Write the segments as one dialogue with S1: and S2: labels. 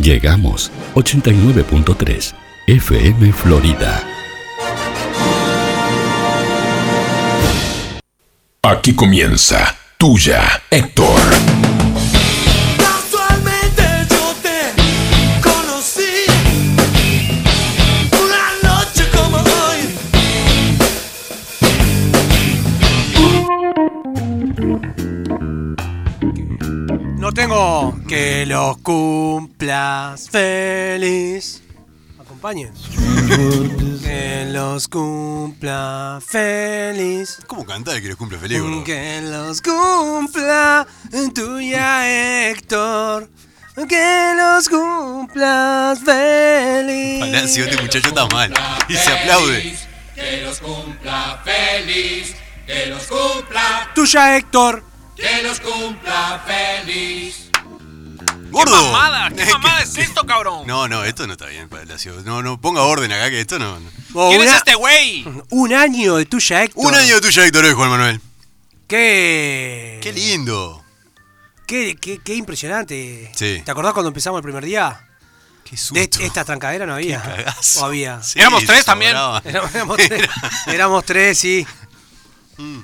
S1: Llegamos 89.3 FM Florida.
S2: Aquí comienza Tuya, Héctor.
S3: Casualmente yo te conocí una noche como hoy.
S4: No tengo que los cumplas feliz. Acompañen. que los cumpla feliz.
S5: ¿Cómo cantar que los cumple feliz, boludo?
S4: Mm, Que los cumpla tuya Héctor. Que los cumplas feliz.
S5: Palacio, este muchacho está mal. Y se aplaude.
S4: Tuya Héctor.
S5: ¡Gordo!
S6: ¿Qué mamada? ¿Qué mamada es esto, cabrón?
S5: No, no, esto no está bien, Palacio. No, no, ponga orden acá, que esto no. no.
S4: O
S6: ¿Quién es
S4: una-
S6: este güey?
S4: Un año de tuya Héctor.
S5: Un año de tuya, Héctor, hoy, Juan Manuel.
S4: Qué.
S5: ¡Qué lindo!
S4: Qué, qué- qué impresionante.
S5: Sí.
S4: ¿Te acordás cuando empezamos el primer día?
S5: ¡Qué
S4: De
S5: susto!
S4: est- esta trancadera no había.
S5: Cagazo.
S4: O había.
S5: Sí,
S6: Éramos tres también.
S5: sobraba.
S4: Éramos, éramos tres, éramos tres, sí.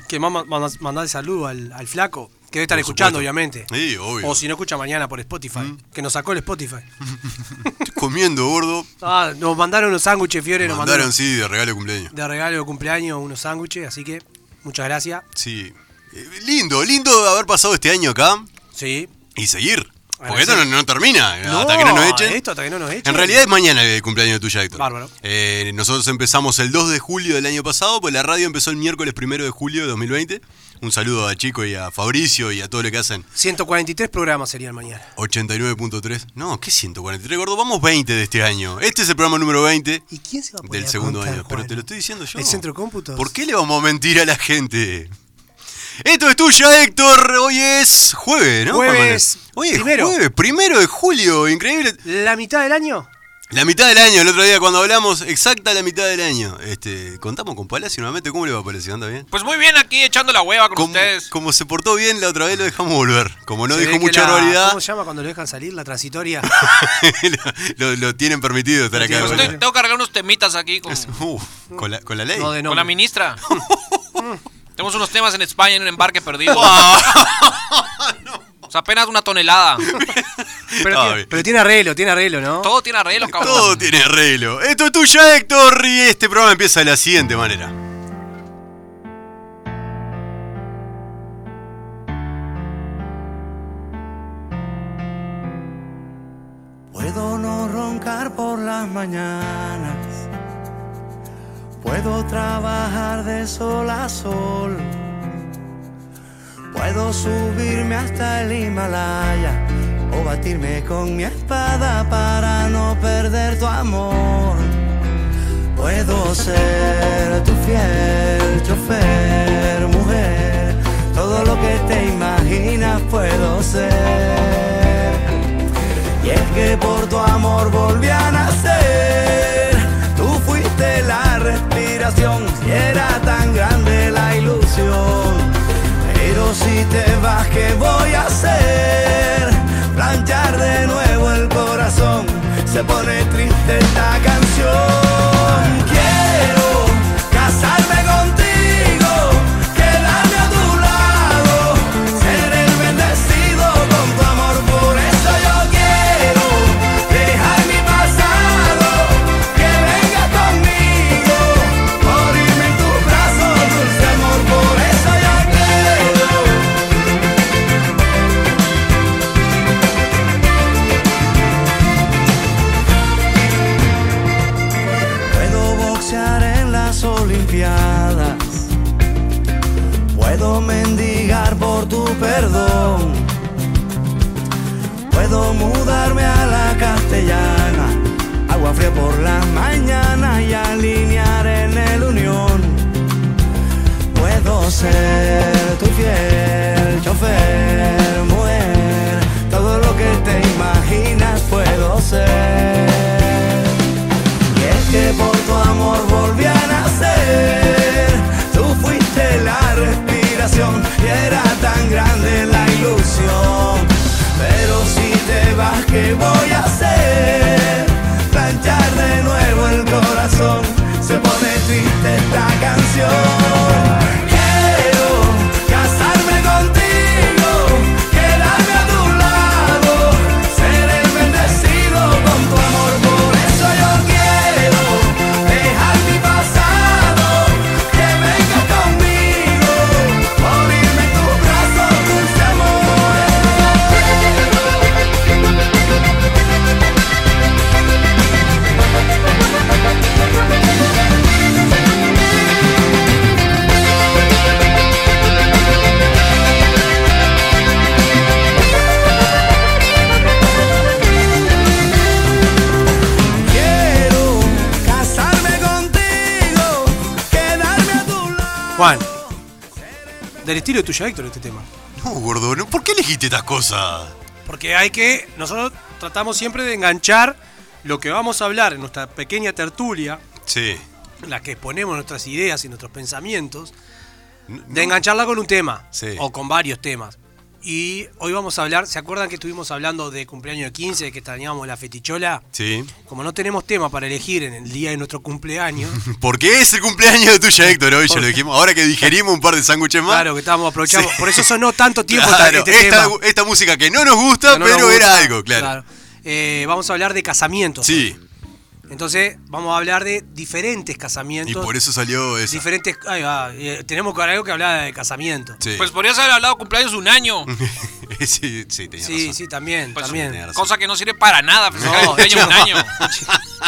S4: Que más ma- mandas- mandar saludo al, al flaco. Que debe estar
S5: Mm. Por
S4: escuchando,
S5: supuesto.
S4: obviamente.
S5: Sí, obvio. Mm.
S4: O si no escucha mañana por Spotify. Que nos sacó el Spotify.
S5: Estoy comiendo, gordo.
S4: Ah, nos mandaron unos sándwiches, Fiore. Nos mandaron
S5: Mandaron, sí, de regalo de cumpleaños.
S4: de regalo de cumpleaños unos sándwiches. Así que muchas gracias.
S5: Sí. Eh, lindo, lindo haber pasado este año acá
S4: Sí.
S5: y seguir.
S4: Ahora
S5: Porque esto
S4: sí. eh,
S5: no, no termina. hasta que no nos echen.
S4: Esto hasta que no nos echen.
S5: En realidad es mañana el cumpleaños de tuya, Héctor.
S4: Bárbaro.
S5: Eh, nosotros empezamos el 2 de julio del año pasado, pues la radio empezó el miércoles 1 de julio de 2020. Un saludo a Chico y a Fabricio y a todo lo que hacen.
S4: 143 programas serían mañana.
S5: 89.3. No, ¿qué 143, gordo? Vamos 20 de este año. Este es el programa número 20
S4: ¿Y quién se va a poner
S5: del
S4: a
S5: segundo
S4: contar,
S5: año. Pero
S4: Juan?
S5: te lo estoy diciendo yo.
S4: ¿El centro de cómputos?
S5: ¿Por qué le vamos a mentir a la gente? Esto es tuyo, Héctor. Hoy es jueves, ¿no?
S4: Jueves
S5: Juan Manuel? Hoy es
S4: primero.
S5: jueves, primero de julio. Increíble.
S4: ¿La mitad del año?
S5: La mitad del año, el otro día cuando hablamos, exacta la mitad del año. Este, contamos con Palacio nuevamente, ¿cómo le va Palacio? ¿Anda bien?
S6: Pues muy bien aquí echando la hueva con
S5: Como,
S6: ustedes.
S5: como se portó bien la otra vez lo dejamos volver. Como no
S4: Se ve
S5: dijo
S4: que
S5: mucha
S4: la-
S5: barbaridad,
S4: ¿Cómo se llama cuando lo dejan salir? La transitoria.
S5: lo, lo tienen permitido estar
S4: Lo
S5: acá.
S4: tienen
S5: de
S6: Pues
S4: bueno.
S6: te-
S5: vuelta.
S6: tengo que arreglar unos temitas aquí con,
S5: Es- uf, con, la, con la ley.
S4: no de
S6: con la
S4: nombre.
S6: ministra. Tenemos unos temas en España en un embarque perdido. O sea, apenas una tonelada.
S4: Pero,
S5: Ah,
S4: tiene,
S5: bien.
S4: pero tiene arreglo, tiene arreglo, ¿no?
S6: Todo tiene arreglo, cabrón.
S5: Todo tiene arreglo. Esto es tuyo, Héctor, y este programa empieza de la siguiente manera.
S7: Puedo no roncar por las mañanas. Puedo trabajar de sol a sol. Puedo subirme hasta el Himalaya o batirme con mi espada para no perder tu amor. Puedo ser tu fiel chofer, mujer. Todo lo que te imaginas puedo ser. Y es que por tu amor volví a nacer. Tú fuiste la respiración, si era tan grande la ilusión. Pero si te vas, ¿qué voy a hacer? Planchar de nuevo el corazón, se pone triste esta canción. Quiero casarme contigo, quedarme a tu lado, ser el bendecido con tu amor. Por eso yo quiero dejar mi pasado, que venga conmigo, morirme en tus brazos, dulce amor. Por eso yo quiero. Puedo boxear en las Olimpiadas. Puedo mendigar por tu perdón. Puedo mudarme a la castellana. Agua fría por la mañana y alinear en el unión. Puedo ser tu fiel chofer, mujer. Todo lo que te imaginas puedo ser. Y es que por tu amor volví a nacer. Tú fuiste la respiración y era tan grande la ilusión. Pero si te vas, ¿qué voy a hacer? escribiste esta canción. Quiero casarme contigo, quedarme a tu lado, ser el bendecido con tu amor. Por eso yo quiero dejar mi pasado, que vengas conmigo, morirme en tus brazos, dulce amor. Quiero casarme contigo, quedarme a tu lado.
S4: Juan. Del estilo tuyo, Héctor, este tema.
S5: No, gordo, no, ¿por qué elegiste estas cosas?
S4: Porque hay que. Nosotros tratamos siempre de enganchar lo que vamos a hablar en nuestra pequeña tertulia,
S5: Sí.
S4: en la que exponemos nuestras ideas y nuestros pensamientos,
S5: No,
S4: de engancharla con un tema.
S5: Sí.
S4: O con varios temas. Y hoy vamos a hablar. ¿Se acuerdan que estuvimos hablando de cumpleaños de 15, que extrañábamos la fetichola?
S5: Sí.
S4: Como no tenemos tema para elegir en el día de nuestro cumpleaños,
S5: Porque es el cumpleaños de tuya, Héctor, hoy ya lo dijimos. Ahora que digerimos un par de sándwiches más.
S4: claro que estábamos aprovechando.
S5: Sí.
S4: Por eso sonó tanto tiempo esta-
S5: Claro,
S4: este
S5: esta,
S4: tema.
S5: esta música que no nos gusta,
S4: que no
S5: pero
S4: nos
S5: era
S4: gusta.
S5: algo, claro.
S4: Eh, vamos a hablar de casamientos.
S5: Sí,
S4: Entonces, vamos a hablar de diferentes
S5: y
S4: casamientos.
S5: por eso salió esa.
S4: Diferentes. ahí va, eh, tenemos que- algo que hablar de casamiento.
S5: Sí.
S6: Pues podrías haber hablado cumpleaños un año.
S5: sí, sí, tenía
S4: sí,
S5: razón.
S4: sí, también.
S6: Pues,
S4: también.
S5: tenés razón.
S6: Cosa que no sirve para nada festejar
S4: No,
S6: el cumpleaños un año.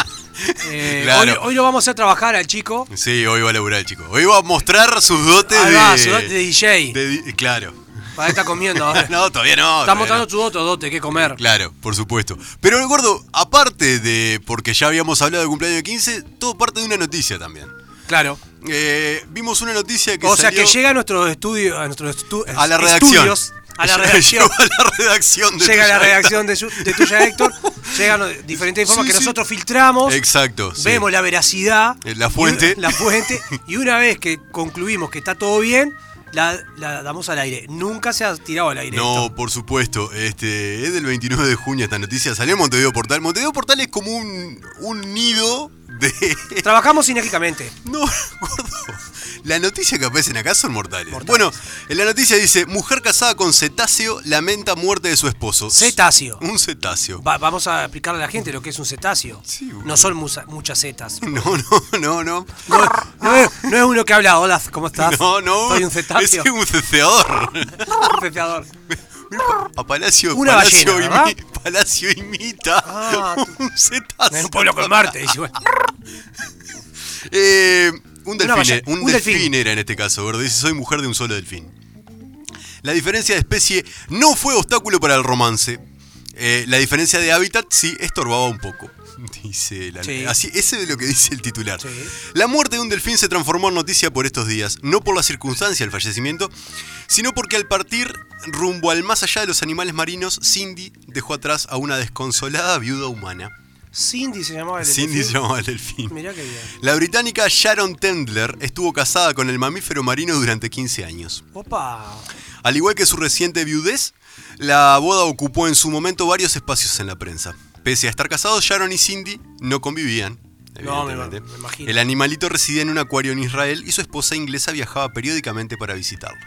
S4: Eh,
S5: Claro.
S4: hoy, hoy lo vamos a hacer trabajar al chico.
S5: Sí, hoy va a laburar el chico. Hoy va a mostrar sus dotes
S4: Ahí
S5: de,
S4: va, su dote de DJ.
S5: de di- Claro.
S4: Para estar comiendo ahora.
S5: no, todavía no.
S4: Está
S5: todavía
S4: mostrando
S5: no.
S4: su otro dote que comer.
S5: Claro, por supuesto. Pero, gordo, aparte de. Porque ya habíamos hablado del cumpleaños de 15, todo parte de una noticia también.
S4: Claro.
S5: Eh, vimos una noticia que
S4: O sea que
S5: salió
S4: llega a nuestros estudios, a nuestros estu-
S5: a la redacción.
S4: estudios, a la redacción.
S5: Llegó a la redacción de
S4: llega a la
S5: Tuya.
S4: redacción de, su- de tuya, Héctor. Llegan eh, diferentes informes
S5: Sí,
S4: que
S5: sí.
S4: nosotros filtramos.
S5: Exacto. sí.
S4: Vemos la veracidad.
S5: Eh, la fuente.
S4: y- la fuente. Y una vez que concluimos que está todo bien, la, la damos al aire. Nunca se ha tirado al aire.
S5: No,
S4: esto.
S5: por supuesto. Este, es del 29 de junio esta noticia. Salió en Montevideo Portal. Montevideo Portal es como un, un nido de.
S4: Trabajamos sinérgicamente.
S5: No, gordo. La noticia que aparecen acá son mortales.
S4: Mortales.
S5: Bueno, en la noticia dice: Mujer casada con cetáceo lamenta muerte de su esposo.
S4: Cetáceo.
S5: Un cetáceo.
S4: Va- vamos a explicarle a la gente lo que es un cetáceo.
S5: Sí, bueno.
S4: no son musa- muchas setas.
S5: No, no, no, no.
S4: No, no es, no es uno que habla, hola, ¿cómo estás?
S5: No, no.
S4: Soy un cetáceo.
S5: Es un ceceador.
S4: Pepeador.
S5: A Ah, Palacio,
S4: Una
S5: Palacio,
S4: ballena, ¿verdad?
S5: imi- Palacio imita
S4: Ah,
S5: un cetáceo.
S4: En un pueblo con Marte. dice, bueno.
S5: Eh, un delfín,
S4: ballena,
S5: eh, un
S4: un
S5: delfín
S4: delfín.
S5: era en este caso, gordo. Dice, soy mujer de un solo delfín. La diferencia de especie no fue obstáculo para el romance. Eh, la diferencia de hábitat sí estorbaba un poco. Dice la-
S4: Sí.
S5: así, ese es lo que dice el titular.
S4: Sí.
S5: La muerte de un delfín se transformó en noticia por estos días, no por la circunstancia del fallecimiento, sino porque al partir rumbo al más allá de los animales marinos, Cindy dejó atrás a una desconsolada viuda humana.
S4: Cindy se llamaba el
S5: Cindy
S4: delfín.
S5: se llamaba el delfín.
S4: Mirá qué bien.
S5: La británica Sharon Tendler estuvo casada con el mamífero marino durante 15 años.
S4: Opa.
S5: Al igual que su reciente viudez, la boda ocupó en su momento varios espacios en la prensa. Pese a estar casados, Sharon y Cindy no convivían.
S4: No, me-
S5: evidentemente.
S4: me imagino.
S5: El animalito residía en un acuario en Israel y su esposa inglesa viajaba periódicamente para visitarlo.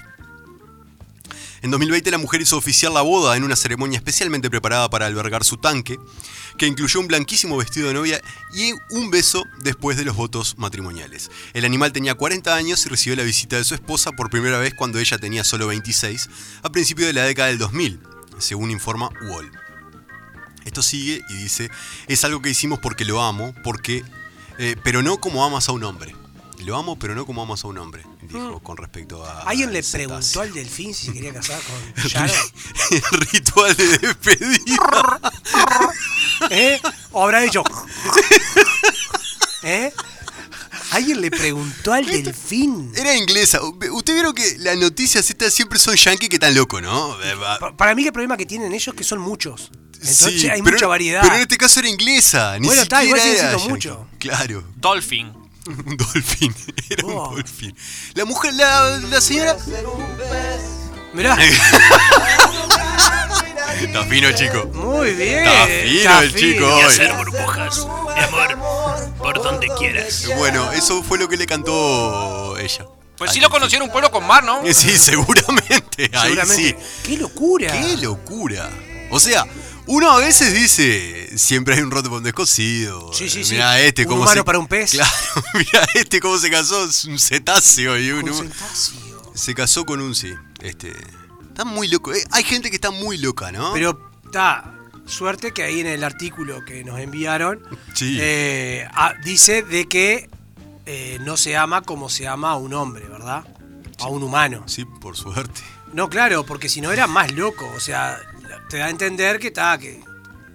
S5: En 2020 la mujer hizo oficial la boda en una ceremonia especialmente preparada para albergar su tanque, que incluyó un blanquísimo vestido de novia y un beso después de los votos matrimoniales. El animal tenía 40 años y recibió la visita de su esposa por primera vez cuando ella tenía solo 26, a principios de la década del 2000, según informa Wall. Esto sigue y dice, es algo que hicimos porque lo amo, porque, eh, pero no como amas a un hombre. Lo amo, pero no como amas a un hombre, dijo con respecto a...
S4: Mm. ¿Alguien le
S5: al cetáceo.
S4: preguntó al delfín si se quería casar con Sharon?
S5: El ritual de despedida.
S4: ¿Eh? ¿O habrá dicho? ¿Eh? ¿Alguien le preguntó al delfín?
S5: Era inglesa. Usted vieron que las noticias estas siempre son yankees que están locos, ¿no? Eh, va-
S4: Pa- Para mí que el problema que tienen ellos es que son muchos. Entonces
S5: Sí,
S4: hay
S5: pero-
S4: mucha variedad.
S5: Pero en este caso era inglesa. Ni
S4: Bueno, está,
S5: siquiera
S4: igual sigue siendo
S5: era yankee.
S4: mucho.
S5: Claro,
S6: Dolphin.
S5: un dolfín. Era
S4: Oh.
S5: un dolfín. La mujer, la, la señora.
S7: Ser un pez.
S4: Mirá,
S5: Está fino el chico.
S4: Muy bien.
S5: Está fino el chico hoy.
S8: burbujas. Mi amor, por donde quieras.
S5: Bueno, eso fue lo que le cantó ella.
S6: Pues sí lo conocieron un pueblo con mar, ¿no?
S5: Eh, Sí, seguramente. Ahí sí.
S4: Seguramente. ¡Qué locura!
S5: ¡Qué locura! O sea, uno a veces dice, siempre hay un roto por un descosido.
S4: Sí, sí, sí.
S5: Mira este
S4: Un
S5: cómo
S4: humano
S5: se...
S4: para un pez.
S5: Claro, mira este cómo se casó, es un cetáceo y uno
S4: Concentración.
S5: se casó con un sí. Este, está muy loco. Eh, hay gente que está muy loca, ¿no?
S4: Pero está. Suerte que ahí en el artículo que nos enviaron
S5: Sí.
S4: eh, ah, dice de que eh, no se ama como se ama a un hombre, ¿verdad? A un humano.
S5: Sí, por suerte.
S4: No, claro, porque si no era más loco. O sea, te da a entender que estaba que,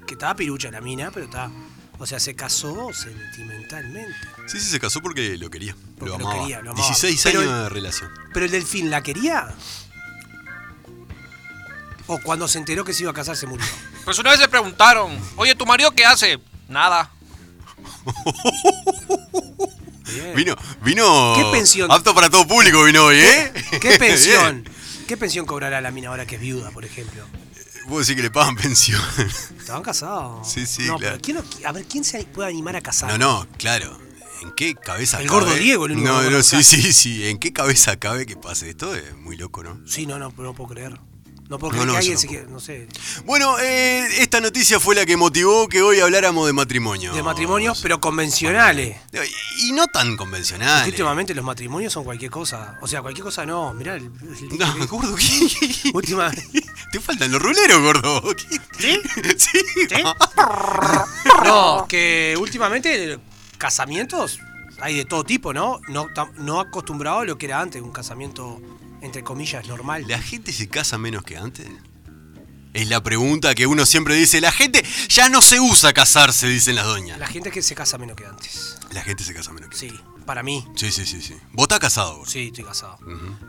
S4: que estaba pirucha la mina, pero está. O sea, se casó sentimentalmente.
S5: Sí, sí, se casó porque lo quería.
S4: Porque
S5: lo,
S4: lo
S5: amaba.
S4: quería, lo amaba.
S5: 16
S4: Pero-
S5: años de relación.
S4: Pero el delfín la quería. O cuando se enteró que se iba a casar se murió.
S6: Pues una vez le preguntaron, oye, ¿tu marido qué hace? Nada.
S4: Bien.
S5: Vino, vino.
S4: eh, ¿Qué pensión?
S5: Apto para todo público vino hoy, ¿eh?
S4: ¿Qué pensión?
S5: Bien.
S4: ¿Qué pensión cobrará la mina ahora que es viuda, por ejemplo?
S5: Vos decís que le pagan pensión.
S4: Estaban casados.
S5: Sí, sí,
S4: no,
S5: claro.
S4: Pero ¿quién lo- a ver, ¿quién se puede animar a casar?
S5: No, no, claro. ¿En qué cabeza
S4: El
S5: cabe?
S4: gordo Diego, el único
S5: No,
S4: que
S5: no,
S4: conozco.
S5: sí, sí, sí. ¿En qué cabeza cabe que pase esto? Es muy loco, ¿no?
S4: Sí, no, no, pero no puedo creer. No puedo
S5: No,
S4: creer
S5: no,
S4: que
S5: yo
S4: alguien se
S5: tampoco.
S4: quiera, no sé,
S5: Bueno, eh, esta noticia fue la que motivó que hoy habláramos de matrimonio.
S4: de matrimonios, pero convencionales.
S5: Y no tan convencional.
S4: Últimamente los matrimonios son cualquier cosa. O sea, cualquier cosa no. Mirá, el- el-
S5: No, gordo, ¿qué?
S4: última.
S5: Te faltan los ruleros, gordo. ¿Qué?
S4: ¿Sí?
S5: Sí.
S4: No, que últimamente casamientos hay de todo tipo, ¿no? No, tam- no acostumbrado a lo que era antes, un casamiento entre comillas normal.
S5: ¿La gente se casa menos que antes? Es la pregunta que uno siempre dice. La gente ya no se usa casarse, dicen las doñas.
S4: La gente que se casa menos que antes.
S5: La gente se casa menos que antes.
S4: Sí, para mí.
S5: Sí, sí, sí, sí. Vos estás casado, gordo.
S4: Sí, estoy casado.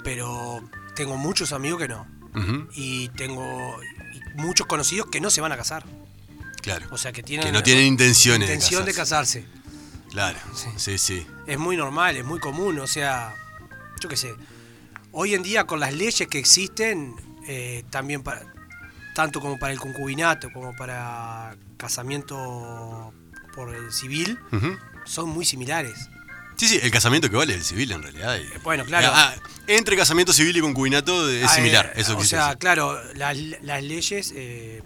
S4: Pero tengo muchos amigos que no.
S5: Ujú,
S4: Y tengo muchos conocidos que no se van a casar.
S5: claro.
S4: O sea, que tienen
S5: que no tienen intenciones.
S4: intención de
S5: casarse.
S4: casarse.
S5: Claro.
S4: Sí.
S5: Sí, sí.
S4: Es muy normal, es muy común. O sea, yo qué sé. Hoy en día con las leyes que existen, eh, también para tanto como para el concubinato, como para casamiento por el civil,
S5: Ujú.
S4: son muy similares.
S5: Sí, sí, el casamiento que vale es el civil en realidad. y-
S4: Eh, Bueno, claro.
S5: Ah, entre casamiento civil y concubinato es
S4: Ah,
S5: similar.
S4: eh,
S5: eso
S4: o
S5: quise
S4: sea,
S5: decir.
S4: claro, las, las leyes, eh,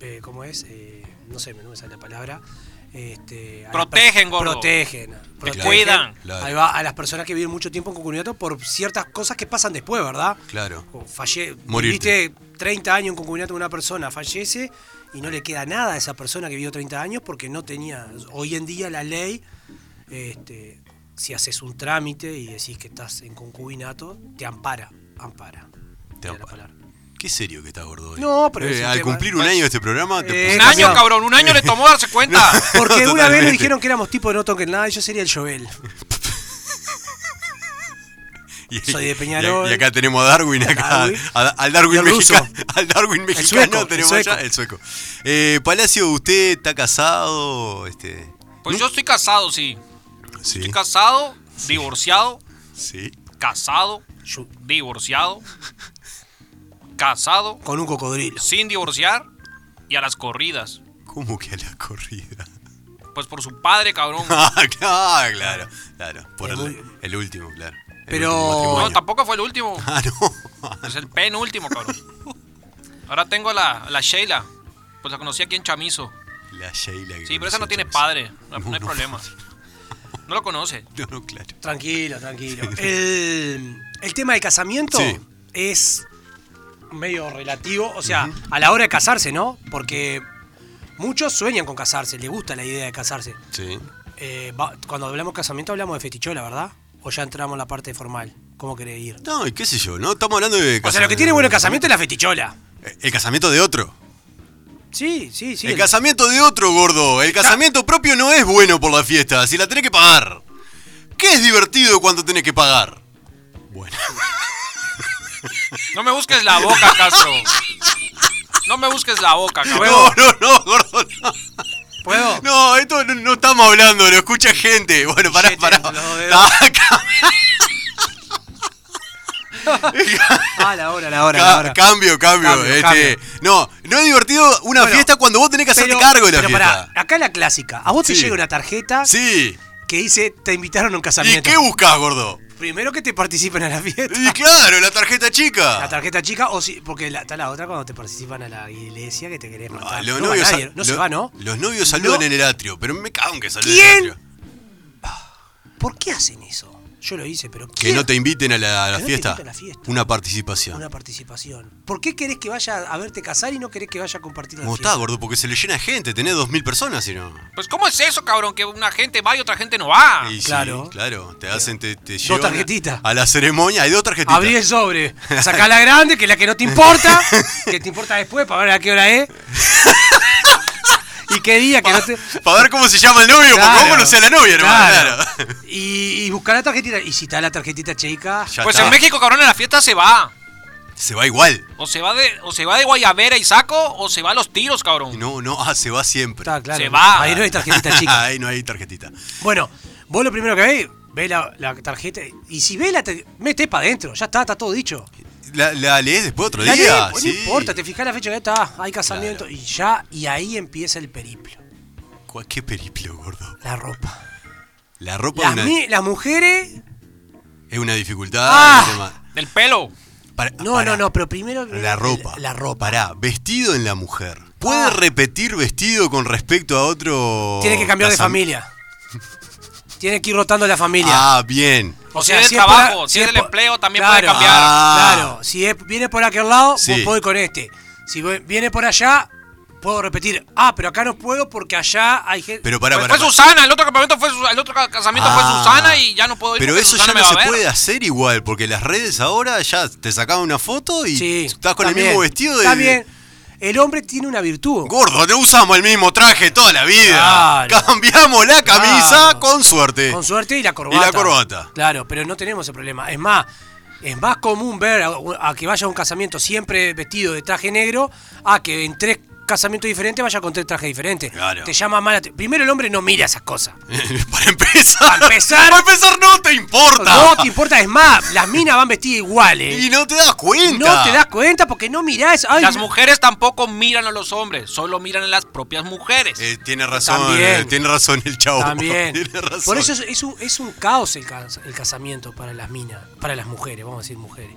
S4: eh, ¿cómo es? Eh, no sé, no me sale la palabra. Este, a las
S6: Protegen,
S4: per-
S6: gordo.
S4: Protegen. protegen.
S6: cuidan.
S5: Claro.
S4: Ahí va, a las personas que viven mucho tiempo en concubinato por ciertas cosas que pasan después, ¿verdad?
S5: Claro.
S4: O falle,
S5: Morirte.
S4: viviste 30 años en concubinato con una persona, fallece y no le queda nada a esa persona que vivió 30 años porque no tenía. Hoy en día la ley, este, si haces un trámite y decís que estás en concubinato, te ampara. Ampara.
S5: Te
S4: Era
S5: ampara.
S4: la palabra.
S5: Qué serio que estás gordo hoy.
S4: No, pero es
S5: Eh,
S4: un
S5: al
S4: tema-
S5: cumplir un año de este programa
S4: Eh,
S5: te
S6: Un
S5: pusiste-
S6: año,
S4: cambió.
S6: cabrón, un año le tomó darse cuenta.
S4: Porque una vez
S5: Totalmente.
S4: nos dijeron que éramos tipo de no toquen nada, y yo sería el Joel.
S5: Y-
S4: Soy de
S5: y-
S4: Peñarol.
S5: Y, acá tenemos a Darwin, acá,
S4: Darwin.
S5: a- al Darwin
S4: Y al ruso.
S5: mexicano. Al Darwin mexicano
S4: sueco, el
S5: tenemos
S4: sueco.
S5: allá, el sueco. Eh, Palacio, ¿usted está casado? Este,
S6: Pues yo estoy casado, sí.
S5: sí,
S6: Estoy casado, divorciado,
S5: sí.
S6: casado,
S4: Yo-
S6: divorciado, casado,
S4: con un cocodrilo.
S6: sin divorciar y a las corridas.
S5: ¿Cómo que a la corrida?
S6: Pues por su padre, cabrón.
S5: Ah, claro, claro, claro. Por
S4: Es
S5: el,
S4: muy-
S5: el último, claro. El
S4: Pero-
S5: último
S6: No,
S5: matrimonio.
S6: tampoco fue el último.
S5: Ah, no.
S6: Es el penúltimo, cabrón. Ahora tengo a la, a la Sheila. Pues la conocí aquí en Chamizo.
S5: La Sheila. que
S6: Sí, pero esa no
S5: conoció
S6: tiene
S5: Chávez.
S6: padre. No, no hay
S5: no.
S6: problema. No lo conoce.
S5: No, no, claro.
S4: Tranquilo, tranquilo. El, el tema del casamiento
S5: Sí.
S4: es medio relativo, o sea, a la hora de casarse, ¿no? Porque muchos sueñan con casarse, les gusta la idea de casarse.
S5: Sí.
S4: Eh, va- cuando hablamos de casamiento hablamos de fetichola, ¿verdad? O ya entramos en la parte formal. ¿Cómo querés ir?
S5: No, y qué sé yo, ¿no? Estamos hablando de. Eh,
S4: O sea, lo que tiene bueno el casamiento es la fetichola.
S5: El casamiento de otro.
S4: Sí, sí, sí.
S5: el
S4: el-
S5: casamiento de otro, gordo. El casamiento propio no es bueno por la fiesta, si la tenés que pagar. ¿Qué es divertido cuando tenés que pagar? Bueno,
S6: No me busques la boca, Castro. No me busques la boca,
S5: no,
S6: cabrón.
S5: no, no, gordo, no.
S4: ¿Puedo?
S5: No, esto no, no estamos hablando, lo escucha gente. Bueno, pará, Ah,
S4: Billete
S5: pará.
S4: entre los dedos.
S5: Ah, ca-
S4: Ah, la hora, la hora,
S5: Ca-
S4: la hora.
S5: cambio, cambio.
S4: Cambio,
S5: este,
S4: cambio.
S5: No, no es divertido una
S4: Bueno,
S5: fiesta cuando vos tenés que hacerte
S4: Pero-
S5: cargo de la
S4: pero
S5: fiesta.
S4: pará, acá la clásica. A vos
S5: Sí.
S4: te llega una tarjeta
S5: Sí.
S4: que dice te invitaron a un
S5: ¿Y
S4: casamiento.
S5: qué buscás, gordo?
S4: Primero que te participen a la fiesta.
S5: Y claro, la tarjeta chica.
S4: La tarjeta chica, o si, porque la- está la otra cuando te participan a la iglesia que te querés matar.
S5: Ah, los
S4: no va
S5: novios
S4: nadie,
S5: sa-
S4: no se
S5: lo-
S4: va, ¿no?
S5: Los novios saludan
S4: No.
S5: en el atrio, pero me cago en que saluden
S4: ¿Quién?
S5: en el atrio.
S4: ¿Por qué hacen eso? Yo lo hice, pero
S5: Que no te inviten a la, a la
S4: Que no te
S5: fiesta.
S4: inviten a la fiesta.
S5: Una participación.
S4: una participación. ¿Por qué querés que vaya a verte casar y no querés que vaya a compartir la
S5: ¿Cómo
S4: fiesta?
S5: está, gordo? Porque se le llena de gente, tenés dos mil personas, si no.
S6: Pues, ¿cómo es eso, cabrón? Que una gente va y otra gente no va.
S5: Y sí,
S4: Ah, claro.
S5: claro, te hacen, te, te llevan a-
S4: tarjetitas.
S5: A la ceremonia, hay dos tarjetitas.
S4: Abrí el sobre, sacá la grande, que es la que no te importa, que te importa después para ver a qué hora es. y qué día que no te.
S5: Para ver cómo se llama el novio,
S4: Claro.
S5: porque vos conocés a la novia, hermano.
S4: Claro.
S5: claro.
S4: Y, y buscar la tarjetita. Y si está la tarjetita chica.
S5: Ya
S6: pues
S5: está.
S6: en México, cabrón, a la fiesta se va.
S5: Se va igual.
S6: O se va de, o se va de Guayabera y saco, o se va a los tiros, cabrón.
S5: No, no, ah, se va siempre.
S4: Está claro.
S6: Se va.
S4: Ahí no hay tarjetita chica.
S5: Ahí no hay tarjetita.
S4: Bueno, vos lo primero que ves, ve la, la tarjeta. Y si ves la tarjeta, metés para adentro. Ya está, está todo dicho.
S5: La, la lees después otro
S4: La
S5: día.
S4: lees, pues,
S5: sí.
S4: No importa, te fijas la fecha que está. Hay casamiento. Y ya, y ahí empieza el periplo.
S5: Cu- Qué periplo, gordo.
S4: La ropa.
S5: La ropa
S4: Las,
S5: de una-
S4: mi- las mujeres.
S5: es una dificultad.
S4: Ah.
S5: un tema.
S6: Del pelo.
S5: Para-
S4: No,
S5: Ah, pará.
S4: no, no, pero primero.
S5: La ropa.
S4: La, ropa.
S5: Pará, vestido en la mujer. ¿Puede
S4: Ah.
S5: repetir vestido con respecto a otro.
S4: Tiene que cambiar de
S5: casam-
S4: familia. Tiene que ir rotando la familia.
S5: Ah, bien.
S4: O
S6: Si es del
S4: por
S6: trabajo, si es del
S4: por-
S6: empleo, también puede cambiar.
S5: Ah.
S4: Claro, si es- viene por aquel lado,
S5: Sí.
S4: vos podés con este. Si ve- viene por allá, puedo repetir. Ah, pero acá no puedo porque allá hay gente.
S5: Pero pará,
S6: Pues
S5: pará.
S6: fue Susana, el otro campamento fue Su- el otro ca- casamiento fue
S5: Ah.
S6: Susana y ya no puedo ir.
S5: Pero
S6: porque
S5: eso
S6: Susana
S5: ya
S6: me
S5: no
S6: va a
S5: se
S6: ver.
S5: puede hacer igual, porque las redes ahora ya te sacaban una foto y
S4: Sí,
S5: estás con el
S4: también,
S5: mismo vestido de.
S4: Está bien. El hombre tiene una virtud.
S5: Gordo, no usamos el mismo traje toda la vida.
S4: Claro.
S5: Cambiamos la camisa
S4: Claro.
S5: con suerte.
S4: Con suerte y la corbata.
S5: eh. Y la corbata.
S4: Claro, pero no tenemos ese problema. Es más, es más común ver a, a que vaya a un casamiento siempre vestido de traje negro a que en tres casamientos diferentes vaya con tres trajes diferentes.
S5: Claro.
S4: Te llama mala. Primero el hombre no mira esas cosas.
S5: Para empezar.
S4: Para empezar.
S5: Para empezar no te importa.
S4: No te importa, es más, las minas van vestidas iguales.
S5: Y no te das cuenta.
S4: No te das cuenta porque no mirás. Ay,
S6: Las
S4: no-
S6: mujeres tampoco miran a los hombres, solo miran a las propias mujeres.
S5: Eh, tiene razón,
S4: También.
S5: eh, tiene razón el chavo.
S4: También.
S5: Tiene razón.
S4: Por eso es, es un, es un caos el, cas- el casamiento para las minas, para las mujeres, vamos a decir mujeres.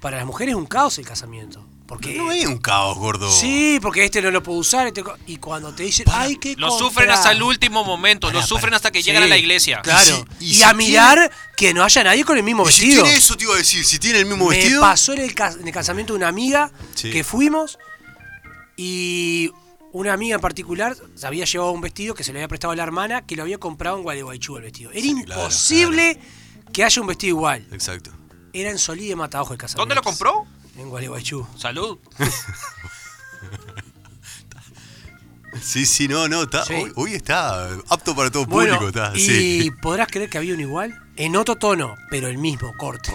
S4: Para las mujeres es un caos el casamiento. Porque
S5: No es un caos, gordo.
S4: Sí, porque este no lo puedo usar. este co- y cuando te dicen, ay, qué
S6: Lo sufren hasta el último momento, lo
S5: Pará,
S6: sufren
S5: pará.
S6: hasta que llegan a la iglesia.
S4: Claro.
S5: Y
S4: Y,
S5: si- y si
S4: a
S5: tiene-
S4: mirar que no haya nadie con el mismo
S5: Y si
S4: vestido.
S5: tiene eso, te iba a decir, si tiene el mismo
S4: Me
S5: vestido.
S4: pasó en el, cas- en el casamiento de una amiga
S5: Sí.
S4: que fuimos y una amiga en particular se había llevado un vestido que se le había prestado a la hermana que lo había comprado en Gualeguaychú el vestido. Era
S5: claro,
S4: imposible que haya un vestido igual.
S5: Exacto.
S4: Era en Solí de Mataojo el casamiento.
S6: ¿Dónde lo compró?
S4: En Gualeguaychú.
S6: Salud.
S5: Sí, sí, no, no. Está,
S4: Sí.
S5: Hoy, hoy está eh, apto para todo
S4: Bueno,
S5: público. Está,
S4: y
S5: sí.
S4: podrás creer que había uno igual, en otro tono, pero el mismo corte.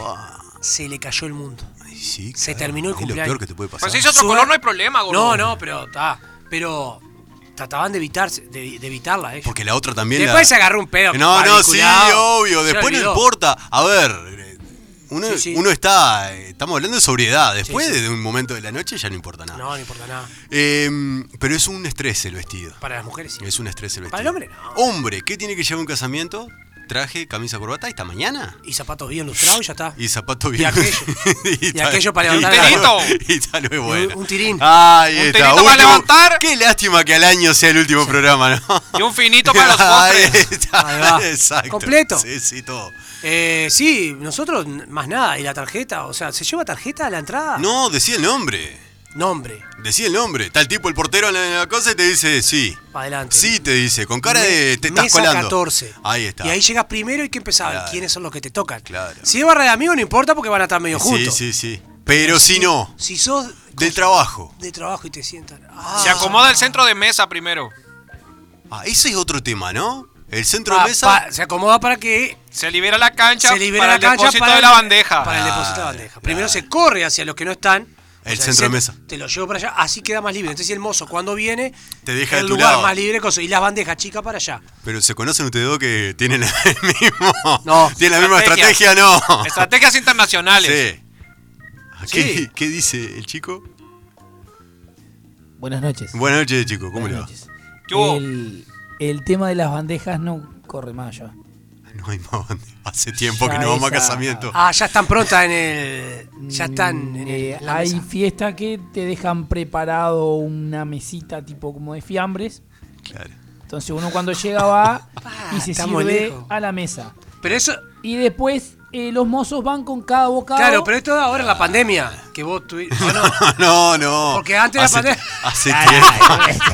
S4: Se le cayó el mundo.
S5: Ay, sí,
S4: se
S5: claro,
S4: terminó el
S5: es lo
S4: cumpleaños.
S5: peor que te puede pasar.
S6: Pues si es otro
S4: Sube-
S6: color no hay problema, gordo.
S4: No, no, pero está. Pero trataban de evitarse, de, de evitarla, ¿eh?
S5: Porque la otra también.
S4: Después
S5: la-
S4: se agarró un pedo
S5: No, no, sí,
S4: cuadriculado.
S5: obvio.
S4: Se
S5: Después no
S4: olvidó.
S5: importa. A ver, eh, uno,
S4: Sí, sí.
S5: uno está. eh, Estamos hablando de sobriedad. Después
S4: Sí, sí.
S5: de un momento de la noche ya no importa nada.
S4: No, no importa nada.
S5: Em, pero es un estrés el vestido.
S4: Para las mujeres sí.
S5: Es un estrés el vestido.
S4: Para el hombre, no.
S5: Hombre, ¿qué tiene que llevar a un casamiento? Traje, camisa, corbata y esta mañana.
S4: Y zapatos bien lustrados y ya está.
S5: Y zapato bien.
S4: aquello.
S5: y,
S4: Y aquello para levantar
S6: el
S5: tirito.
S6: brazo.
S5: Y tal vez bueno.
S4: un tirín.
S5: Ahí
S6: Un
S5: está.
S6: tirito para
S5: último-
S6: levantar.
S5: Qué lástima que al año sea el último programa, ¿no?
S6: Y un finito para los
S5: Ahí
S6: postres.
S5: está,
S4: Ahí va.
S5: Exacto.
S4: Completo.
S5: Sí, sí, todo.
S4: Eh, sí, nosotros n- más nada. Y la tarjeta, o sea, ¿se lleva tarjeta a la entrada?
S5: No, decía el nombre.
S4: Nombre,
S5: Decía el nombre. Está el tipo, el portero en la, en la cosa y te dice sí.
S4: para adelante.
S5: Sí, te dice, con cara de te
S4: Mesa
S5: estás colando.
S4: 14.
S5: Ahí está.
S4: Y ahí llegas primero y que empezar.
S5: Claro.
S4: ¿Quiénes son los que te tocan?
S5: Claro.
S4: Si es barra de amigos no importa porque van a estar medio juntos.
S5: Sí, sí, sí. Pero si no,
S4: Si sos
S5: del trabajo.
S4: de trabajo y te sientan. Ah,
S6: Se acomoda el centro de mesa primero.
S5: Ah, ese es otro tema, ¿no? El centro
S4: pa-
S5: de mesa.
S4: Ah, pa- se acomoda para que
S6: Se libera la cancha
S4: se libera
S6: para
S4: la
S6: el
S4: cancha
S6: depósito
S4: para
S6: de
S4: el-
S6: la bandeja.
S4: Para el depósito de la bandeja. Primero se corre hacia los que no están. o
S5: Ah, El centro de
S4: cent-
S5: mesa.
S4: Te lo llevo para allá, así queda más libre. Entonces el mozo cuando viene,
S5: Te deja
S4: el
S5: de tu
S4: lugar
S5: lado.
S4: más libre cosa, y las bandejas chicas para allá.
S5: Pero se conocen ustedes dos que tienen el mismo.
S4: No.
S5: Tienen la misma
S6: Estrategia.
S5: estrategia, no.
S4: Ah.
S6: Estrategias internacionales.
S5: Sí. Ah, ¿Qué,
S4: Sí.
S5: qué dice el chico?
S9: Buenas noches.
S5: Buenas noches, chico. ¿Cómo le va?
S9: Buenas noches.
S6: ¿Qué hubo?
S9: El, el tema de las bandejas no corre más ya.
S5: No hay más banda. Hace tiempo que
S9: Ya
S5: no vamos a
S9: esa-
S5: casamiento.
S4: Ah, ya están prontas en el. Ya están en, el-
S9: Eh,
S4: en la
S9: hay
S4: mesa.
S9: fiestas que te dejan preparado una mesita tipo como de fiambres.
S5: Claro.
S9: Entonces uno cuando llega va y se
S4: estamos
S9: sirve
S4: lejos.
S9: a la mesa.
S4: Pero eso.
S9: Y después eh, los mozos van con cada bocado.
S4: Claro, pero esto ahora en la pandemia. Que vos tuviste. Bueno,
S5: No, no.
S4: Porque antes de
S5: hace,
S4: la pandemia-
S5: Hace tiempo.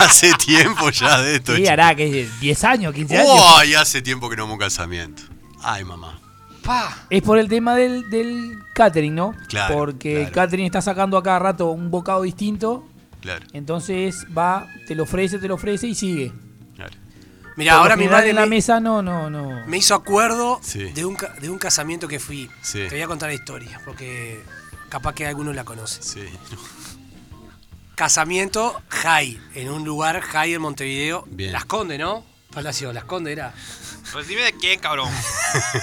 S5: hace tiempo ya de esto.
S9: Sí,
S5: chico.
S9: hará que es 10 años, 15 años.
S5: Uy, hace tiempo que no vamos a un casamiento. Ay, mamá.
S4: pa.
S9: Es por el tema del, del catering, ¿no?
S5: Claro,
S9: Porque el
S5: claro.
S9: catering está sacando a cada rato un bocado distinto.
S5: Claro,
S9: Entonces va, te lo ofrece, te lo ofrece y sigue.
S5: claro.
S4: Mirá, ahora mi madre
S9: en la
S4: me,
S9: mesa no, no, no.
S4: me hizo acuerdo
S5: Sí.
S4: de, un, ca- de un casamiento que fui.
S5: Sí.
S4: Te voy a contar la historia, porque capaz que alguno la conoce.
S5: Sí.
S4: Casamiento high, en un lugar high en Montevideo.
S5: Bien.
S4: Las Condes, ¿no? Palacio, Las Condes era
S6: Pues dime de quién, cabrón.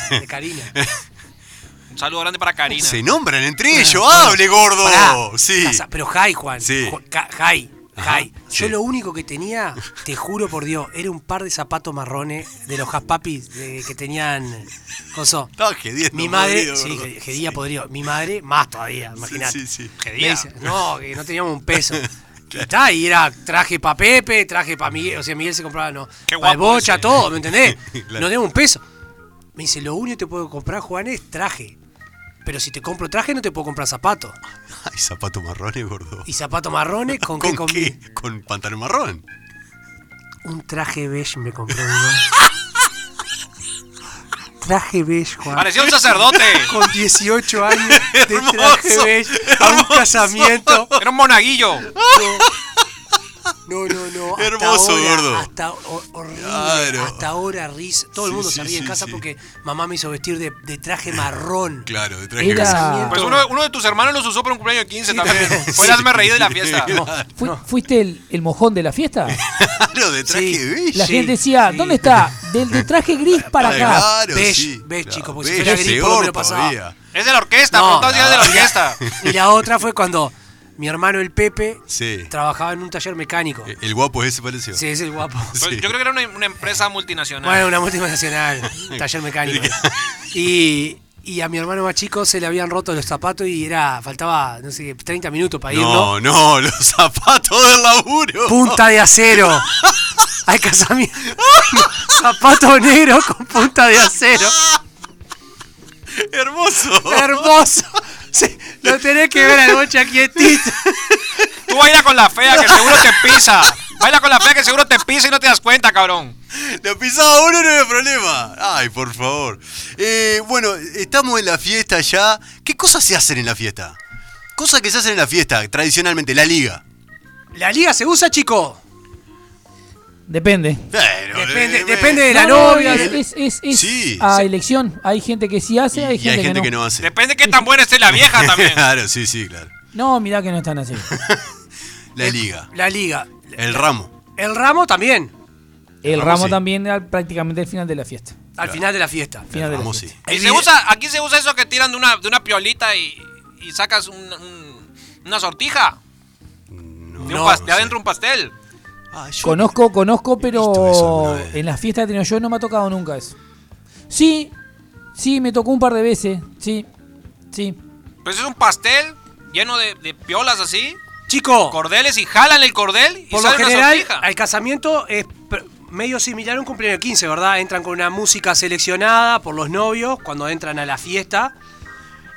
S4: de Karina.
S6: Un saludo grande para Karina.
S5: Se nombran entre ellos. ¡Hable, gordo!
S4: Pará,
S5: sí.
S4: casa- pero high, Juan.
S5: Sí.
S4: Ju- ca- High,
S5: Ajá,
S4: high. Yo
S5: sí.
S4: lo único que tenía, te juro por Dios, era un par de zapatos marrones de los jaspapis de- que tenían. Coso.
S5: Estaba jediendo,
S4: Mi madre,
S5: podrido,
S4: sí,
S5: gordo.
S4: que- que día podrido. Mi madre, más todavía, imagínate.
S5: sí, sí.
S4: Me dice, no, que no teníamos un peso. Y está, y era traje para Pepe, traje para Miguel, o sea, Miguel se compraba, no.
S6: Qué
S4: Para el
S6: guapo
S4: bocha,
S6: ese.
S4: todo, ¿me entendés?
S5: Claro.
S4: No teníamos un peso. Me dice, lo único que te puedo comprar, Juan, es traje. Pero si te compro traje, no te puedo comprar zapatos.
S5: Ay, zapatos marrones, gordo.
S4: Y zapatos marrones, ¿con, qué
S5: ¿Con
S4: comí?
S5: qué? Con pantalón marrón.
S4: Un traje beige me compré uno. traje beige, Juan.
S6: Parecía un sacerdote.
S4: Con 18 años de este traje
S5: Hermoso,
S4: beige a un casamiento.
S6: Era un monaguillo.
S4: No, no, no. hasta
S5: Hermoso,
S4: ahora,
S5: gordo.
S4: Hasta ho- horrible.
S5: Claro.
S4: Hasta ahora risa. Todo el
S5: Sí,
S4: mundo se
S5: sí,
S4: ríe en
S5: sí,
S4: casa
S5: sí.
S4: porque mamá me hizo vestir de, de traje marrón.
S5: Claro, de traje casamiento.
S9: Era,
S6: Pues uno, uno de tus hermanos los usó para un cumpleaños de 15 también. Fue el hazme reír de la fiesta.
S9: ¿Fui- ¿Fuiste el, el mojón de la fiesta?
S5: Claro, de traje
S4: Sí.
S5: beige.
S9: La
S4: Sí,
S9: gente decía,
S4: sí.
S9: ¿dónde está? Del de traje gris para acá.
S5: Claro,
S4: Beige,
S5: sí.
S4: beige,
S5: claro.
S4: chico, porque si
S5: Beige,
S4: fuera gris, por lo menos pasaba.
S5: todavía.
S6: Es de la orquesta,
S4: No,
S6: preguntaba si era de la orquesta.
S4: Y la otra fue cuando mi hermano el Pepe
S5: Sí.
S4: trabajaba en un taller mecánico.
S5: Eh, El guapo ese pareció.
S4: Sí, es el guapo.
S6: Pues
S5: Sí.
S6: Yo creo que era una, una empresa multinacional.
S4: Bueno, una multinacional, taller mecánico. Y, y a mi hermano más chico se le habían roto los zapatos y era faltaba, no sé, qué, 30 minutos para irnos.
S5: No, no, los zapatos del laburo.
S4: punta de acero. Hay casamiento. Zapato negro con punta de acero.
S5: Hermoso.
S4: Hermoso. Sí, lo tenés que ver al bocha quietito.
S6: Tú baila con la fea que seguro te pisa. Baila con la fea que seguro te pisa y no te das cuenta, cabrón.
S5: La pisaba uno no había problema. Ay, por favor. Eh, bueno, estamos en la fiesta ya. ¿Qué cosas se hacen en la fiesta? Cosas que se hacen en la fiesta, tradicionalmente, la liga.
S4: ¿La liga se usa, chico?
S9: Depende.
S5: Bueno,
S4: Depende,
S5: eh,
S4: depende de la
S9: No, no,
S4: novia. de-
S9: Es, es- es
S5: Sí,
S9: a
S5: sí.
S9: elección. Hay gente que sí hace,
S5: Y,
S9: hay
S5: y
S9: gente, que, no.
S5: hace.
S6: Depende qué tan buena esté la vieja también.
S5: claro, sí, sí, claro.
S9: No, mirá que no están así.
S5: La liga,
S4: La liga.
S5: el ramo.
S4: El ramo también.
S9: El
S5: Vamos,
S9: ramo
S5: sí.
S9: también al- prácticamente al final de la fiesta.
S4: Al final de la fiesta.
S9: Final de la
S5: Ramo,
S9: fiesta.
S5: sí.
S6: Y
S4: El
S6: se
S4: video-
S6: usa, aquí se usa eso que tiran de una, de una piolita y, y sacas un- un- una sortija. de, un
S4: No,
S6: pas- de
S5: no
S6: adentro un pastel.
S5: Ah, yo-
S9: Conozco, conozco,
S5: visto eso alguna
S9: pero
S5: vez.
S9: en las fiestas que he tenido yo no me ha tocado nunca eso. Sí, sí, me tocó un par de veces. Sí, sí.
S6: Pues es un pastel lleno de, de piolas así,
S4: Chico,
S6: cordeles y jalan el cordel y
S4: Oh. por lo
S6: sale una
S4: general,
S6: sortija.
S4: al casamiento es pr- medio similar a un cumpleaños de 15, ¿verdad? Entran con una música seleccionada por los novios cuando entran a la fiesta.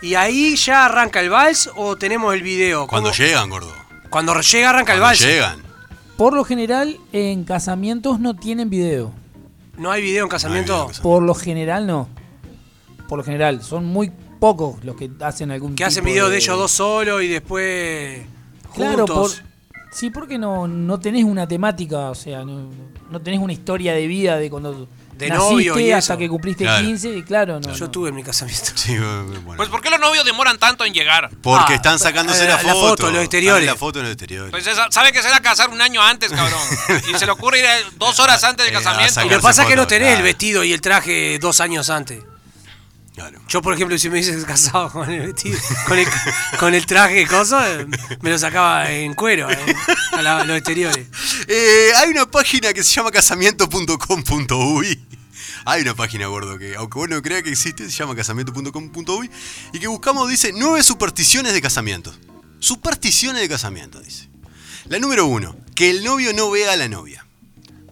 S4: Y ahí ya arranca el vals o tenemos el video.
S5: Cuando
S4: ¿Cómo?
S5: llegan, gordo.
S4: Cuando llega arranca el
S5: Cuando
S4: vals.
S5: llegan.
S9: Por lo general, en casamientos no tienen video.
S4: No hay video en casamiento.
S5: No hay video en casamiento.
S9: Por lo general, no. Por lo general, son muy pocos los que hacen algún
S4: que hacen
S9: tipo
S4: video de... ellos dos solos y después
S9: Claro, por,
S4: juntos.
S9: sí, porque no, no tenés una temática, o sea, no, no tenés una historia de vida de cuando
S4: De
S9: naciste
S4: novio y
S9: hasta
S4: eso.
S9: que cumpliste
S5: Claro.
S9: 15, y claro, no.
S4: Yo
S9: no.
S4: tuve en mi casamiento.
S5: Sí, bueno.
S6: Pues ¿por qué los novios demoran tanto en llegar?
S5: Porque
S4: Ah,
S5: están sacándose
S4: eh,
S5: la
S4: la
S5: foto.
S4: foto, los
S5: Están en
S4: exteriores.
S5: La foto en los exteriores.
S6: Pues esa- saben que se van a casar un año antes, cabrón. y se le ocurre ir eh, dos horas antes del
S5: Eh, a
S6: casamiento.
S4: Y lo que
S5: sacarse
S4: pasa es que no
S5: fotos,
S4: tenés
S5: claro.
S4: el vestido y el traje dos años antes.
S5: Claro.
S4: Yo, por ejemplo, si me hubieses casado con el vestido, con el, con el traje coso, eh, me lo sacaba en cuero, eh, a la- los exteriores.
S5: Eh, hay una página que se llama casamiento.com.uy. Hay una página, gordo, que aunque vos no creas que existe, se llama casamiento.com.uy. Y que buscamos, dice, nueve supersticiones de casamiento. Supersticiones de casamiento, dice. La número uno, que el novio no vea a la novia.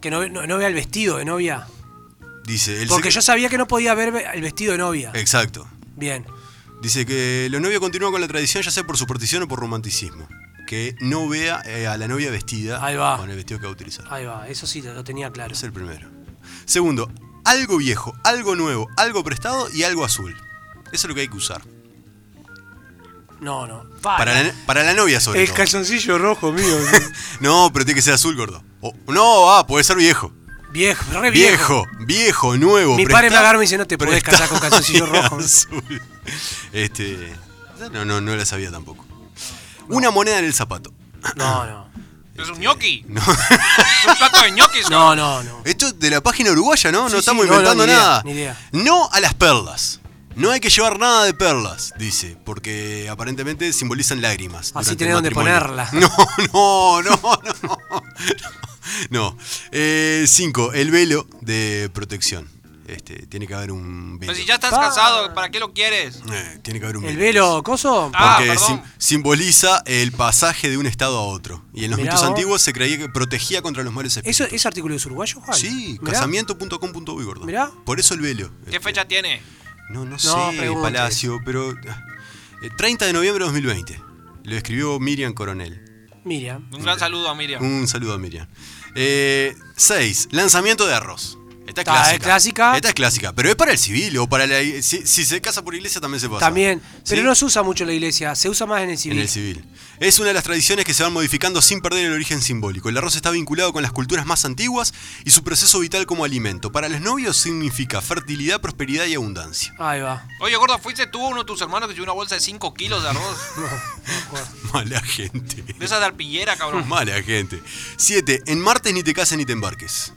S4: Que no, no- no vea el vestido de novia.
S5: Dice el
S4: Porque
S5: sec- Eh.
S4: yo sabía que no podía ver ve- el vestido de novia.
S5: Exacto.
S4: Bien.
S5: Dice que los novios continúan con la tradición, ya sea por superstición o por romanticismo. Que no vea eh, a la novia vestida
S4: Ahí va.
S5: con el vestido que va a utilizar.
S4: Ahí va, eso sí lo lo tenía claro.
S5: Es el primero. Segundo, algo viejo, algo nuevo, algo prestado y algo azul. Eso es lo que hay que usar.
S4: No, no.
S5: Para la, para la novia, sobre
S4: el
S5: todo.
S4: calzoncillo rojo mío.
S5: No, pero tiene que ser azul, gordo. O- no, ah, puede ser viejo.
S4: viejo, re viejo.
S5: Viejo, viejo, nuevo.
S4: Mi padre me agarra y me dice, "No te podés casar con
S5: prestado
S4: calzoncillo
S5: y
S4: rojo".
S5: azul. Este. No, no, no la sabía tampoco. Una moneda en el zapato.
S4: No, no.
S6: Es un ñoqui.
S5: No.
S6: Es un plato de ñoquis.
S4: No, no, no.
S5: Esto es de la página uruguaya, ¿no?
S4: Sí,
S5: no estamos
S4: sí, no, no,
S5: inventando
S4: ni idea,
S5: nada.
S4: ni idea.
S5: No a las perlas. No hay que llevar nada de perlas, dice, porque aparentemente simbolizan lágrimas.
S4: Así
S5: durante
S4: tenés
S5: el
S4: donde
S5: matrimonio.
S4: ponerla.
S5: No, no, no, no. No. Eh, cinco, el velo de protección. Este, tiene que haber un velo.
S6: Pues si ya estás casado, ¿para qué lo quieres?
S5: Eh, tiene que haber un
S4: ¿El velo coso?
S6: Ah,
S5: Porque
S6: perdón.
S5: sim- simboliza el pasaje de un estado a otro. Y en los
S4: Mirá
S5: mitos
S4: vos.
S5: antiguos se creía que protegía contra los males espirituales.
S4: ¿Eso, ¿Ese artículo es uruguayo, Juan?
S5: Sí,
S4: Mirá.
S5: casamiento.com.uy, gordo.
S4: Mirá.
S5: Por eso el velo. Eh,
S6: ¿Qué fecha tiene?
S5: No, no, sé,
S4: preguntes.
S5: Palacio, pero. eh, 30 de noviembre de 2020. Lo escribió Miriam Coronel.
S4: Mira.
S6: Un gran saludo a Miriam.
S5: Un saludo a Miriam. 6. lanzamiento de arroz. Esta es
S4: Ta,
S5: clásica.
S4: es clásica.
S5: Esta es clásica, pero es para el civil o para la. Si, si se casa por iglesia también se pasa.
S4: También. Pero
S5: ¿Sí?
S4: no se usa mucho en la iglesia, se usa más en el civil.
S5: En el civil. Es una de las tradiciones que se van modificando sin perder el origen simbólico. El arroz está vinculado con las culturas más antiguas y su proceso vital como alimento. Para los novios significa fertilidad, prosperidad y abundancia.
S4: Ahí va.
S6: Oye, gordo, fuiste tú uno de tus hermanos que llevó una bolsa de 5 kilos de arroz.
S5: Mala gente.
S6: De esa de arpillera, cabrón.
S5: Mala gente. 7. En martes ni te cases ni te embarques.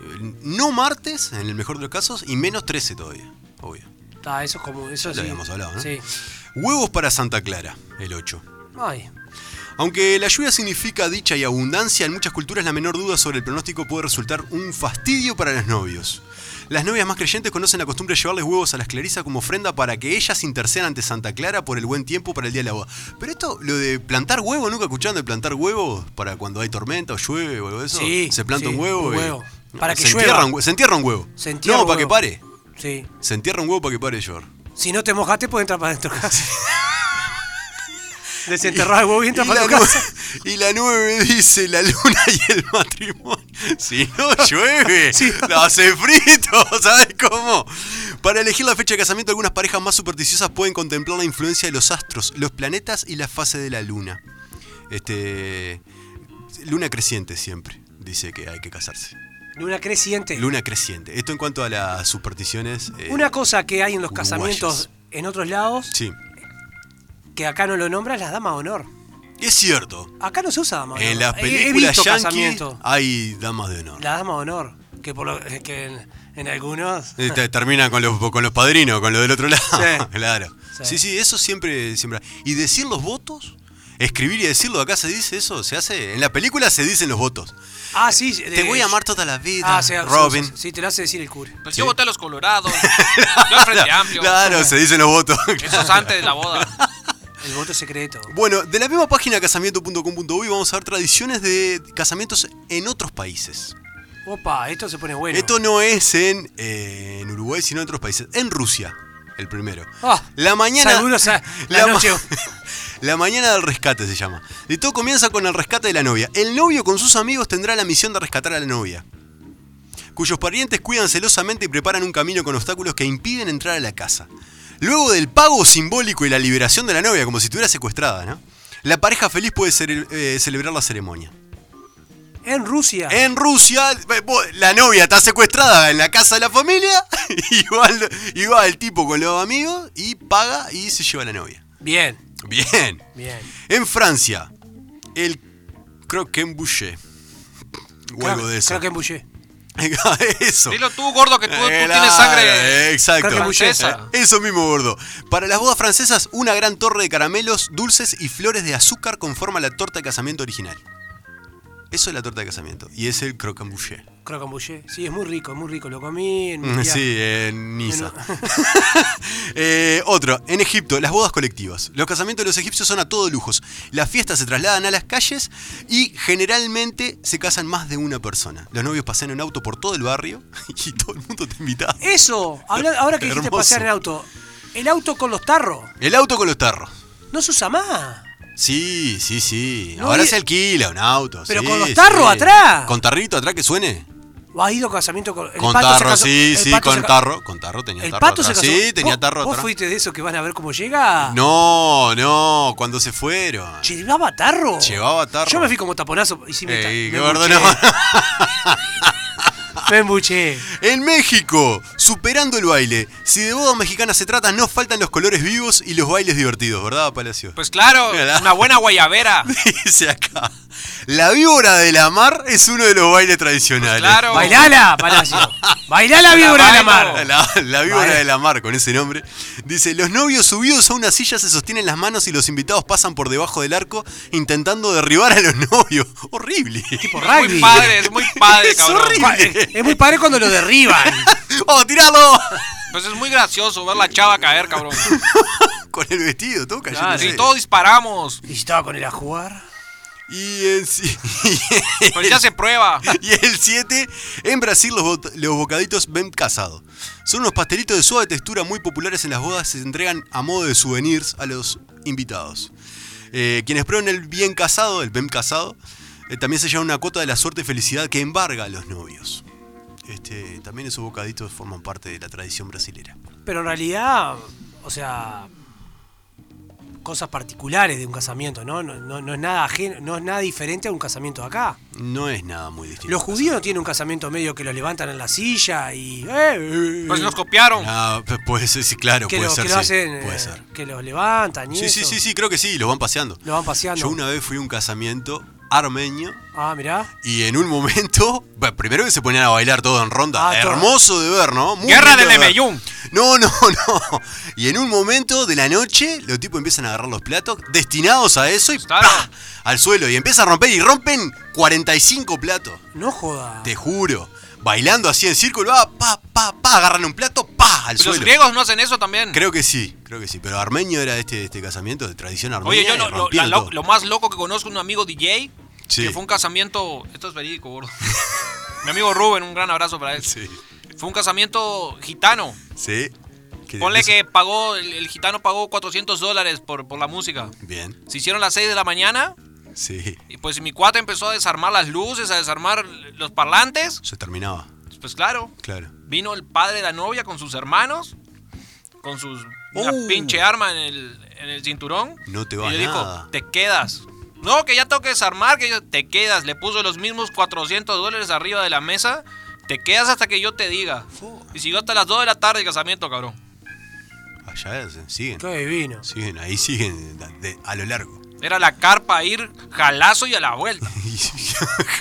S5: Eh, No martes, en el mejor de los casos, y menos 13 todavía. Obvio.
S4: Ta, Ah, eso es como. Eso
S5: Ya
S4: sí.
S5: habíamos hablado, ¿no?
S4: Sí.
S5: Huevos para Santa Clara, el 8.
S4: Ay.
S5: Aunque la lluvia significa dicha y abundancia, en muchas culturas la menor duda sobre el pronóstico puede resultar un fastidio para los novios. Las novias más creyentes conocen la costumbre de llevarles huevos a las clarisas como ofrenda para que ellas intercedan ante Santa Clara por el buen tiempo para el día de la boda. Pero esto, lo de plantar huevo, nunca escucharon de plantar huevos para cuando hay tormenta o llueve o algo de eso.
S4: Sí,
S5: se planta
S4: sí,
S5: un huevo.
S4: un
S5: y- Ah,
S4: huevo. Para que
S5: se
S4: llueva.
S5: Entierra un, hue- se entierra un huevo.
S4: Se entierra
S5: no,
S4: un
S5: para que
S4: huevo.
S5: pare.
S4: Sí.
S5: Se entierra un huevo para que pare de llover.
S4: Si no te mojaste, puedes entrar para dentro de casa. Desenterrar el huevo y entras
S5: Y
S4: para
S5: la,
S4: tu casa.
S5: nueve, y la nueve dice la luna y el matrimonio. Si no llueve,
S4: Sí.
S5: lo hace frito, ¿sabes cómo? Para elegir la fecha de casamiento, algunas parejas más supersticiosas pueden contemplar la influencia de los astros, los planetas y la fase de la luna. Este. Luna creciente siempre, dice que hay que casarse.
S4: Luna creciente.
S5: Luna creciente. Esto en cuanto a las supersticiones. eh,
S4: Una cosa que hay en los
S5: Uruguayas.
S4: casamientos en otros lados,
S5: Sí.
S4: que acá no lo nombras, las damas de honor.
S5: Es cierto.
S4: Acá no se usa dama de honor.
S5: En las
S4: He-
S5: películas Ah.
S4: he, visto
S5: yankees
S4: casamientos.
S5: hay damas de honor.
S4: La dama de honor, que, por lo, que en, en algunos...
S5: Eh, te- termina con los, con los padrinos, con lo del otro lado.
S4: Sí.
S5: claro.
S4: Sí.
S5: Sí. sí, eso siempre, siempre. Y decir los votos, escribir y decirlo, acá se dice eso, se hace. En la película se dicen los votos.
S4: Ah, sí.
S5: Te
S4: eh,
S5: voy a amar toda la vida,
S4: Ah, sí, sí,
S5: Robin.
S4: sí, sí, te lo hace decir el cura.
S6: Pues yo voté a los colorados. Yo al frente amplio.
S5: Claro, se dicen los votos.
S6: Eso es antes de la boda.
S4: El voto secreto.
S5: Bueno, de la misma página casamiento.com.uy vamos a ver tradiciones de casamientos en otros países.
S4: Opa, esto se pone bueno.
S5: Esto no es en, eh, en Uruguay, sino en otros países. En Rusia, el primero.
S4: Ah,
S5: la mañana.
S4: seguro, o sea, la
S5: ma-
S4: noche.
S5: la mañana del rescate se llama. Y todo comienza con el rescate de la novia. El novio con sus amigos tendrá la misión de rescatar a la novia. Cuyos parientes cuidan celosamente y preparan un camino con obstáculos que impiden entrar a la casa. Luego del pago simbólico y la liberación de la novia, como si estuviera secuestrada, ¿no? La pareja feliz puede cere- eh, celebrar la ceremonia.
S4: En Rusia.
S5: En Rusia, eh, vos- la novia está secuestrada en la casa de la familia y va, el, y va el tipo con los amigos y paga y se lleva a la novia.
S4: Bien,
S5: Bien.
S4: bien.
S5: En Francia, el croquembouché. O algo de eso. Ah,
S4: Creo que embuché.
S5: Eso. Eh,
S6: Dilo tú, gordo, que tú, tú tienes
S5: Claro,
S6: sangre.
S5: exacto.
S6: carne francesa.
S5: Eso mismo, gordo. Para las bodas francesas, una gran torre de caramelos, dulces y flores de azúcar conforma la torta de casamiento original. Eso es la torta de casamiento. Y es el croque en boucher.
S4: Crocambouché. Sí, es muy rico, es muy rico. Lo comí en mi
S5: Mm,
S4: día.
S5: Sí, en Niza. Eh, otro, en Egipto, las bodas colectivas. Los casamientos de los egipcios son a todo lujos. Las fiestas se trasladan a las calles y generalmente se casan más de una persona. Los novios pasean en auto por todo el barrio y todo el mundo te invita.
S4: Eso, habla- ahora que dijiste
S5: Hermoso.
S4: pasear en auto. El auto con los tarros.
S5: El auto con los tarros.
S4: No se usa más.
S5: Sí, sí, sí.
S4: No,
S5: Ahora
S4: y-
S5: se alquila un auto.
S4: Pero
S5: sí,
S4: con los tarros
S5: sí.
S4: atrás.
S5: ¿Con tarrito atrás que suene?
S4: ¿O ¿Has ido a casamiento con el
S5: con
S4: pato se
S5: tarro,
S4: casó-
S5: sí,
S4: el
S5: sí,
S4: pato
S5: con
S4: se ca-
S5: tarro. Con tarro tenía
S4: El
S5: tarro
S4: pato se
S5: atrás.
S4: casó.
S5: Sí, tenía
S4: ¿Vos-
S5: tarro
S4: ¿Vos
S5: atrás.
S4: fuiste de esos que van a ver cómo llega?
S5: No, no, cuando se fueron.
S4: ¿Llevaba tarro?
S5: Llevaba tarro.
S4: Yo me fui como taponazo y sí me, ta-
S5: Ey,
S4: me
S5: gordo,
S4: embuché.
S5: no.
S4: Me embuché.
S5: En México, superando el baile. Si de bodas mexicanas se trata, no faltan los colores vivos y los bailes divertidos, ¿verdad, Palacio?
S6: Pues claro,
S5: Mira, la-
S6: una buena guayabera.
S5: Dice acá. La víbora de la mar es uno de los bailes tradicionales.
S4: Pues
S6: claro.
S4: Bailala, Palacio. Bailala,
S6: La
S4: víbora de la
S6: bailo.
S4: mar.
S5: La, la víbora
S4: Vale.
S5: de la mar, con ese nombre. Dice, los novios subidos a una silla se sostienen las manos y los invitados pasan por debajo del arco intentando derribar a los novios. Horrible.
S4: Tipo
S6: Muy
S4: rugby.
S6: padre, es muy padre,
S5: Es
S6: cabrón.
S5: horrible.
S4: Pa- eh, Es muy padre cuando lo derriban.
S5: ¡Oh, tiralo!
S6: Pues es muy gracioso ver la chava caer, cabrón.
S5: Con el vestido, todo cayendo.
S4: Claro.
S5: al
S6: Si
S5: aire.
S6: todos disparamos,
S4: Y estaba con él a jugar.
S5: Y en sí-
S6: pues ya se prueba.
S5: Y el 7, en Brasil los, bot- los bocaditos ven casado. Son unos pastelitos de suave textura muy populares en las bodas que se entregan a modo de souvenirs a los invitados. Eh, quienes prueben el bien casado, el ben casado, eh, también se llevan una cuota de la suerte y felicidad que embarga a los novios. Este, también esos bocaditos forman parte de la tradición brasilera.
S4: Pero en realidad, o sea, cosas particulares de un casamiento, ¿no? No, no- no es nada ajeno- no es nada diferente a un casamiento de acá.
S5: No es nada muy distinto.
S4: Los judíos no tienen un casamiento medio que los levantan en la silla y. eh, eh,
S6: Pues nos copiaron.
S5: Ah, pues puede ser, sí, claro,
S4: que
S5: puede
S4: los,
S5: ser.
S4: que lo
S5: sí,
S4: hacen. eh,
S5: puede ser.
S4: Que los levantan y
S5: Sí, sí,
S4: eso.
S5: sí, sí, creo que sí, los van paseando.
S4: Lo van paseando.
S5: Yo una vez fui a un casamiento armenio
S4: Ah, mirá.
S5: y en un momento, bah, primero que se ponían a bailar todo en ronda,
S4: Ah, todo.
S5: hermoso de ver, ¿no? Muy
S6: Guerra
S5: lindo
S6: del
S5: ver.
S6: Lemellón.
S5: No, no, no. Y en un momento de la noche, los tipos empiezan a agarrar los platos destinados a eso y
S6: Claro.
S5: ¡pah! al suelo y empiezan a romper y rompen 45 platos,
S4: No joda.
S6: Ah.
S5: te juro. Bailando así en círculo, ah, pa, pa, pa, agarran un plato, pa, al
S6: Pues los
S5: suelo.
S6: griegos no hacen eso también.
S5: Creo que sí, creo que sí. Pero armenio era este, este casamiento de tradición armenia.
S6: Oye, yo
S5: y
S6: lo, lo-
S5: rompieron
S6: la- lo-
S5: todo.
S6: lo más loco que conozco es un amigo DJ.
S5: Sí.
S6: Que fue un casamiento. Esto es verídico, gordo. Mi amigo Rubén, un gran abrazo para él.
S5: Sí,
S6: Fue un casamiento gitano.
S5: sí. ¿Qué
S6: Ponle
S5: dices?
S6: que pagó, el, el gitano pagó 400 dólares por, por la música.
S5: Bien,
S6: Se hicieron las 6 de la mañana
S5: sí.
S6: y pues mi cuate empezó a desarmar las luces, a desarmar los parlantes.
S5: Se terminaba,
S6: Pues claro,
S5: claro.
S6: vino el padre de la novia con sus hermanos, con sus una
S5: Uh.
S6: pinche arma en el, en el cinturón.
S5: No te
S6: y
S5: va
S6: le
S5: nada.
S6: dijo, te quedas. No, que ya tengo que desarmar, que yo te quedas. Le puso los mismos 400 dólares arriba de la mesa. Te quedas hasta que yo te diga. Y siguió hasta las 2 de la tarde el casamiento, cabrón.
S5: Allá es- siguen,
S4: Qué divino.
S5: siguen, ahí siguen de- de- a lo largo.
S6: Era la carpa ir jalazo y a la vuelta.
S5: Y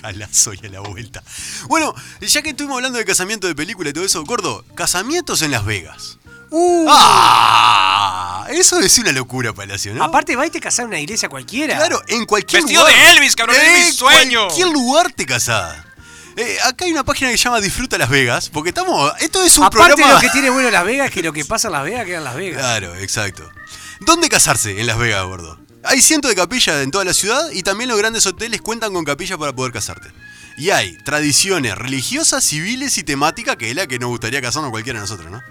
S5: jalazo y a la vuelta. Bueno, ya que estuvimos hablando de casamiento de película y todo eso, gordo, casamientos en Las Vegas.
S4: Uh,
S5: ¡Ah! Eso es una locura, Palacio, ¿no?
S4: Aparte, va y te casás en una iglesia cualquiera.
S5: Claro, en cualquier
S6: Vestido
S5: lugar.
S6: de Elvis, cabrón, es mi sueño.
S5: En cualquier lugar te casás. Eh, acá hay una página que se llama Disfruta Las Vegas, porque estamos. Esto es un
S4: Aparte,
S5: programa.
S4: lo que tiene bueno Las Vegas es que lo que pasa en Las Vegas queda en Las Vegas.
S5: Claro, exacto. ¿Dónde casarse en Las Vegas, gordo? Hay cientos de capillas en toda la ciudad y también los grandes hoteles cuentan con capillas para poder casarte. Y hay tradiciones religiosas, civiles y temáticas, que es la que nos gustaría casarnos cualquiera de nosotros, ¿no?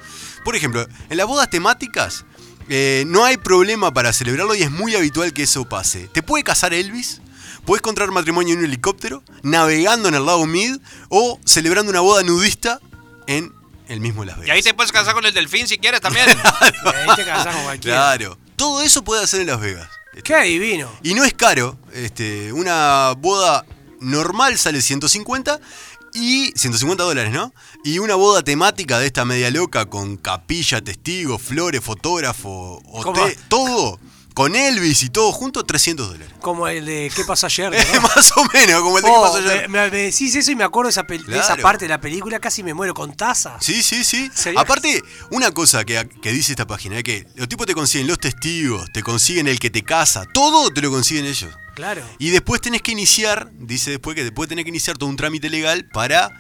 S5: Por ejemplo, en las bodas temáticas eh, no hay problema para celebrarlo y es muy habitual que eso pase. ¿Te puede casar Elvis? Puedes contraer matrimonio en un helicóptero, navegando en el lago Mid o celebrando una boda nudista en el mismo Las Vegas.
S6: Y ahí te puedes casar con el delfín si quieres también.
S4: Y ahí te casás con cualquiera.
S5: Claro. Todo eso puede hacer en Las Vegas.
S4: Qué divino.
S5: Y no es caro. Este, una boda normal sale 150 y 150 dólares, ¿no? Y una boda temática de esta media loca con capilla, testigo, flores, fotógrafo,
S4: ¿Cómo?
S5: hotel, todo Con Elvis y todo junto, 300 dólares.
S4: Como el de ¿Qué pasó ayer? ¿no?
S5: Más o menos, como el de que
S4: Oh,
S5: pasó
S4: me,
S5: ayer.
S4: me- me decís eso y me acuerdo de esa, pel- de esa
S5: Claro.
S4: parte de la película, casi me muero con taza.
S5: Sí, sí, sí.
S4: Sería-
S5: Aparte, una cosa que, que dice esta página es que los tipos te consiguen los testigos, te consiguen el que te casa, todo te lo consiguen ellos.
S4: Claro.
S5: Y después tenés que iniciar, dice después que después tenés que iniciar todo un trámite legal para.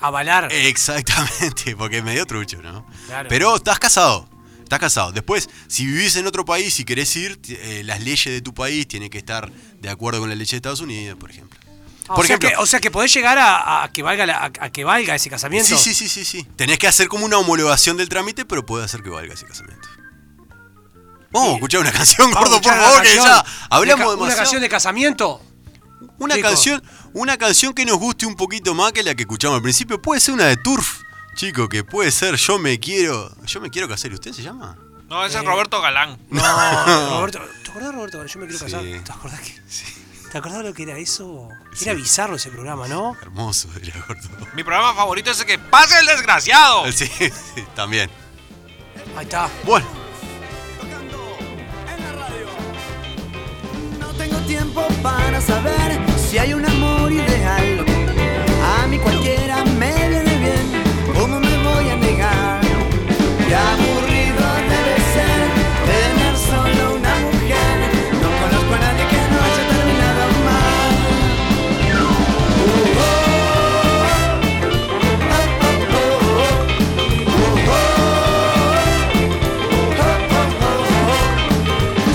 S4: Avalar.
S5: Eh, Exactamente, porque es medio trucho, ¿no?
S4: Claro.
S5: Pero estás casado. Estás casado. Después, si vivís en otro país y querés ir, ti- eh, las leyes de tu país tienen que estar de acuerdo con la ley de Estados Unidos, por ejemplo.
S4: Ah, o,
S5: por
S4: sea
S5: ejemplo,
S4: que, o sea que podés llegar a, a que valga la- a, a que valga ese casamiento.
S5: sí, sí, sí, sí, sí. Tenés que hacer como una homologación del trámite, pero puede hacer que valga ese casamiento. Vamos a escuchar una canción,
S4: Vamos a
S5: gordo, por
S4: escuchar una
S5: favor, que
S4: canción
S5: ya
S4: de ca-
S5: hablamos
S4: Una
S5: demasiado.
S4: canción de casamiento.
S5: Una
S4: Chicos.
S5: canción, una canción que nos guste un poquito más que la que escuchamos al principio. Puede ser una de Turf, chico, que puede ser Yo me quiero. Yo me quiero casar, ¿y ¿usted se llama?
S6: No, ese es Roberto Galán.
S4: No, Roberto. ¿Te acordás, Roberto? Yo me quiero casar.
S5: Ah. Sí.
S4: ¿Te acordás que? ¿Te acordás lo que era eso? Era bizarro ese programa, ¿no?
S5: Hermoso, era gordo.
S6: Mi programa favorito es el que pase el desgraciado.
S5: Sí, sí, también.
S4: Ahí está.
S5: Bueno,
S7: No tengo tiempo para saber si hay un amor ideal. A mí cualquiera me viene bien, ¿cómo me voy a negar? Qué aburrido debe ser tener solo una mujer. No conozco a nadie que no haya terminado mal.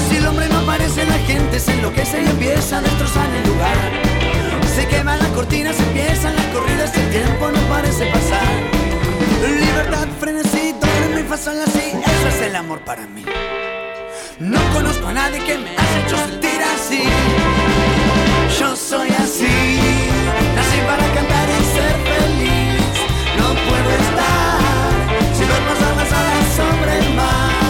S7: Si el hombre no aparece, la gente se enloquece y empieza a destrozar el lugar. Se queman las cortinas, empiezan las corridas, el tiempo no parece pasar. Libertad, frenesí, duerme y fasan así, eso es el amor para mí. No conozco a nadie que me haya hecho sentir así. Yo soy así, nací para cantar y ser feliz. No puedo estar si duermo abrazadas sobre el mar.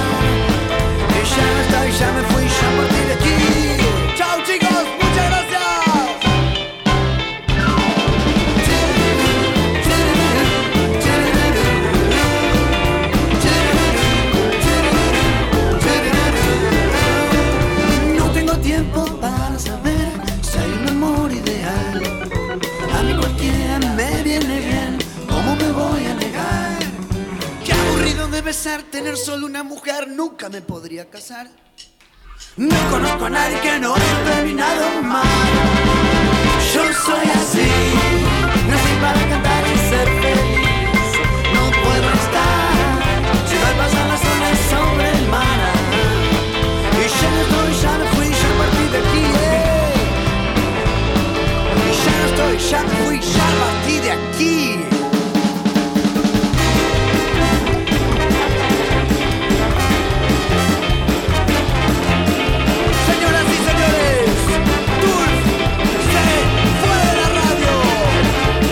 S7: Y ya no estoy, ya me fui, ya partí de aquí. Chao chicos, muchas gracias. No tengo tiempo para saber si hay un amor ideal. A mí cualquiera me viene bien, ¿cómo me voy a negar? Qué aburrido debe ser tener solo una mujer, nunca me podría casar. No conozco a nadie que no haya terminado mal. Yo soy así, nací para cantar y ser feliz. No puedo estar, si doy paso a las olas sobre el mar. Y ya no estoy, ya me fui, ya partí de aquí. eh. Y ya no estoy, ya me fui, ya partí de aquí. Señoras y señores, Turf se fue de la radio.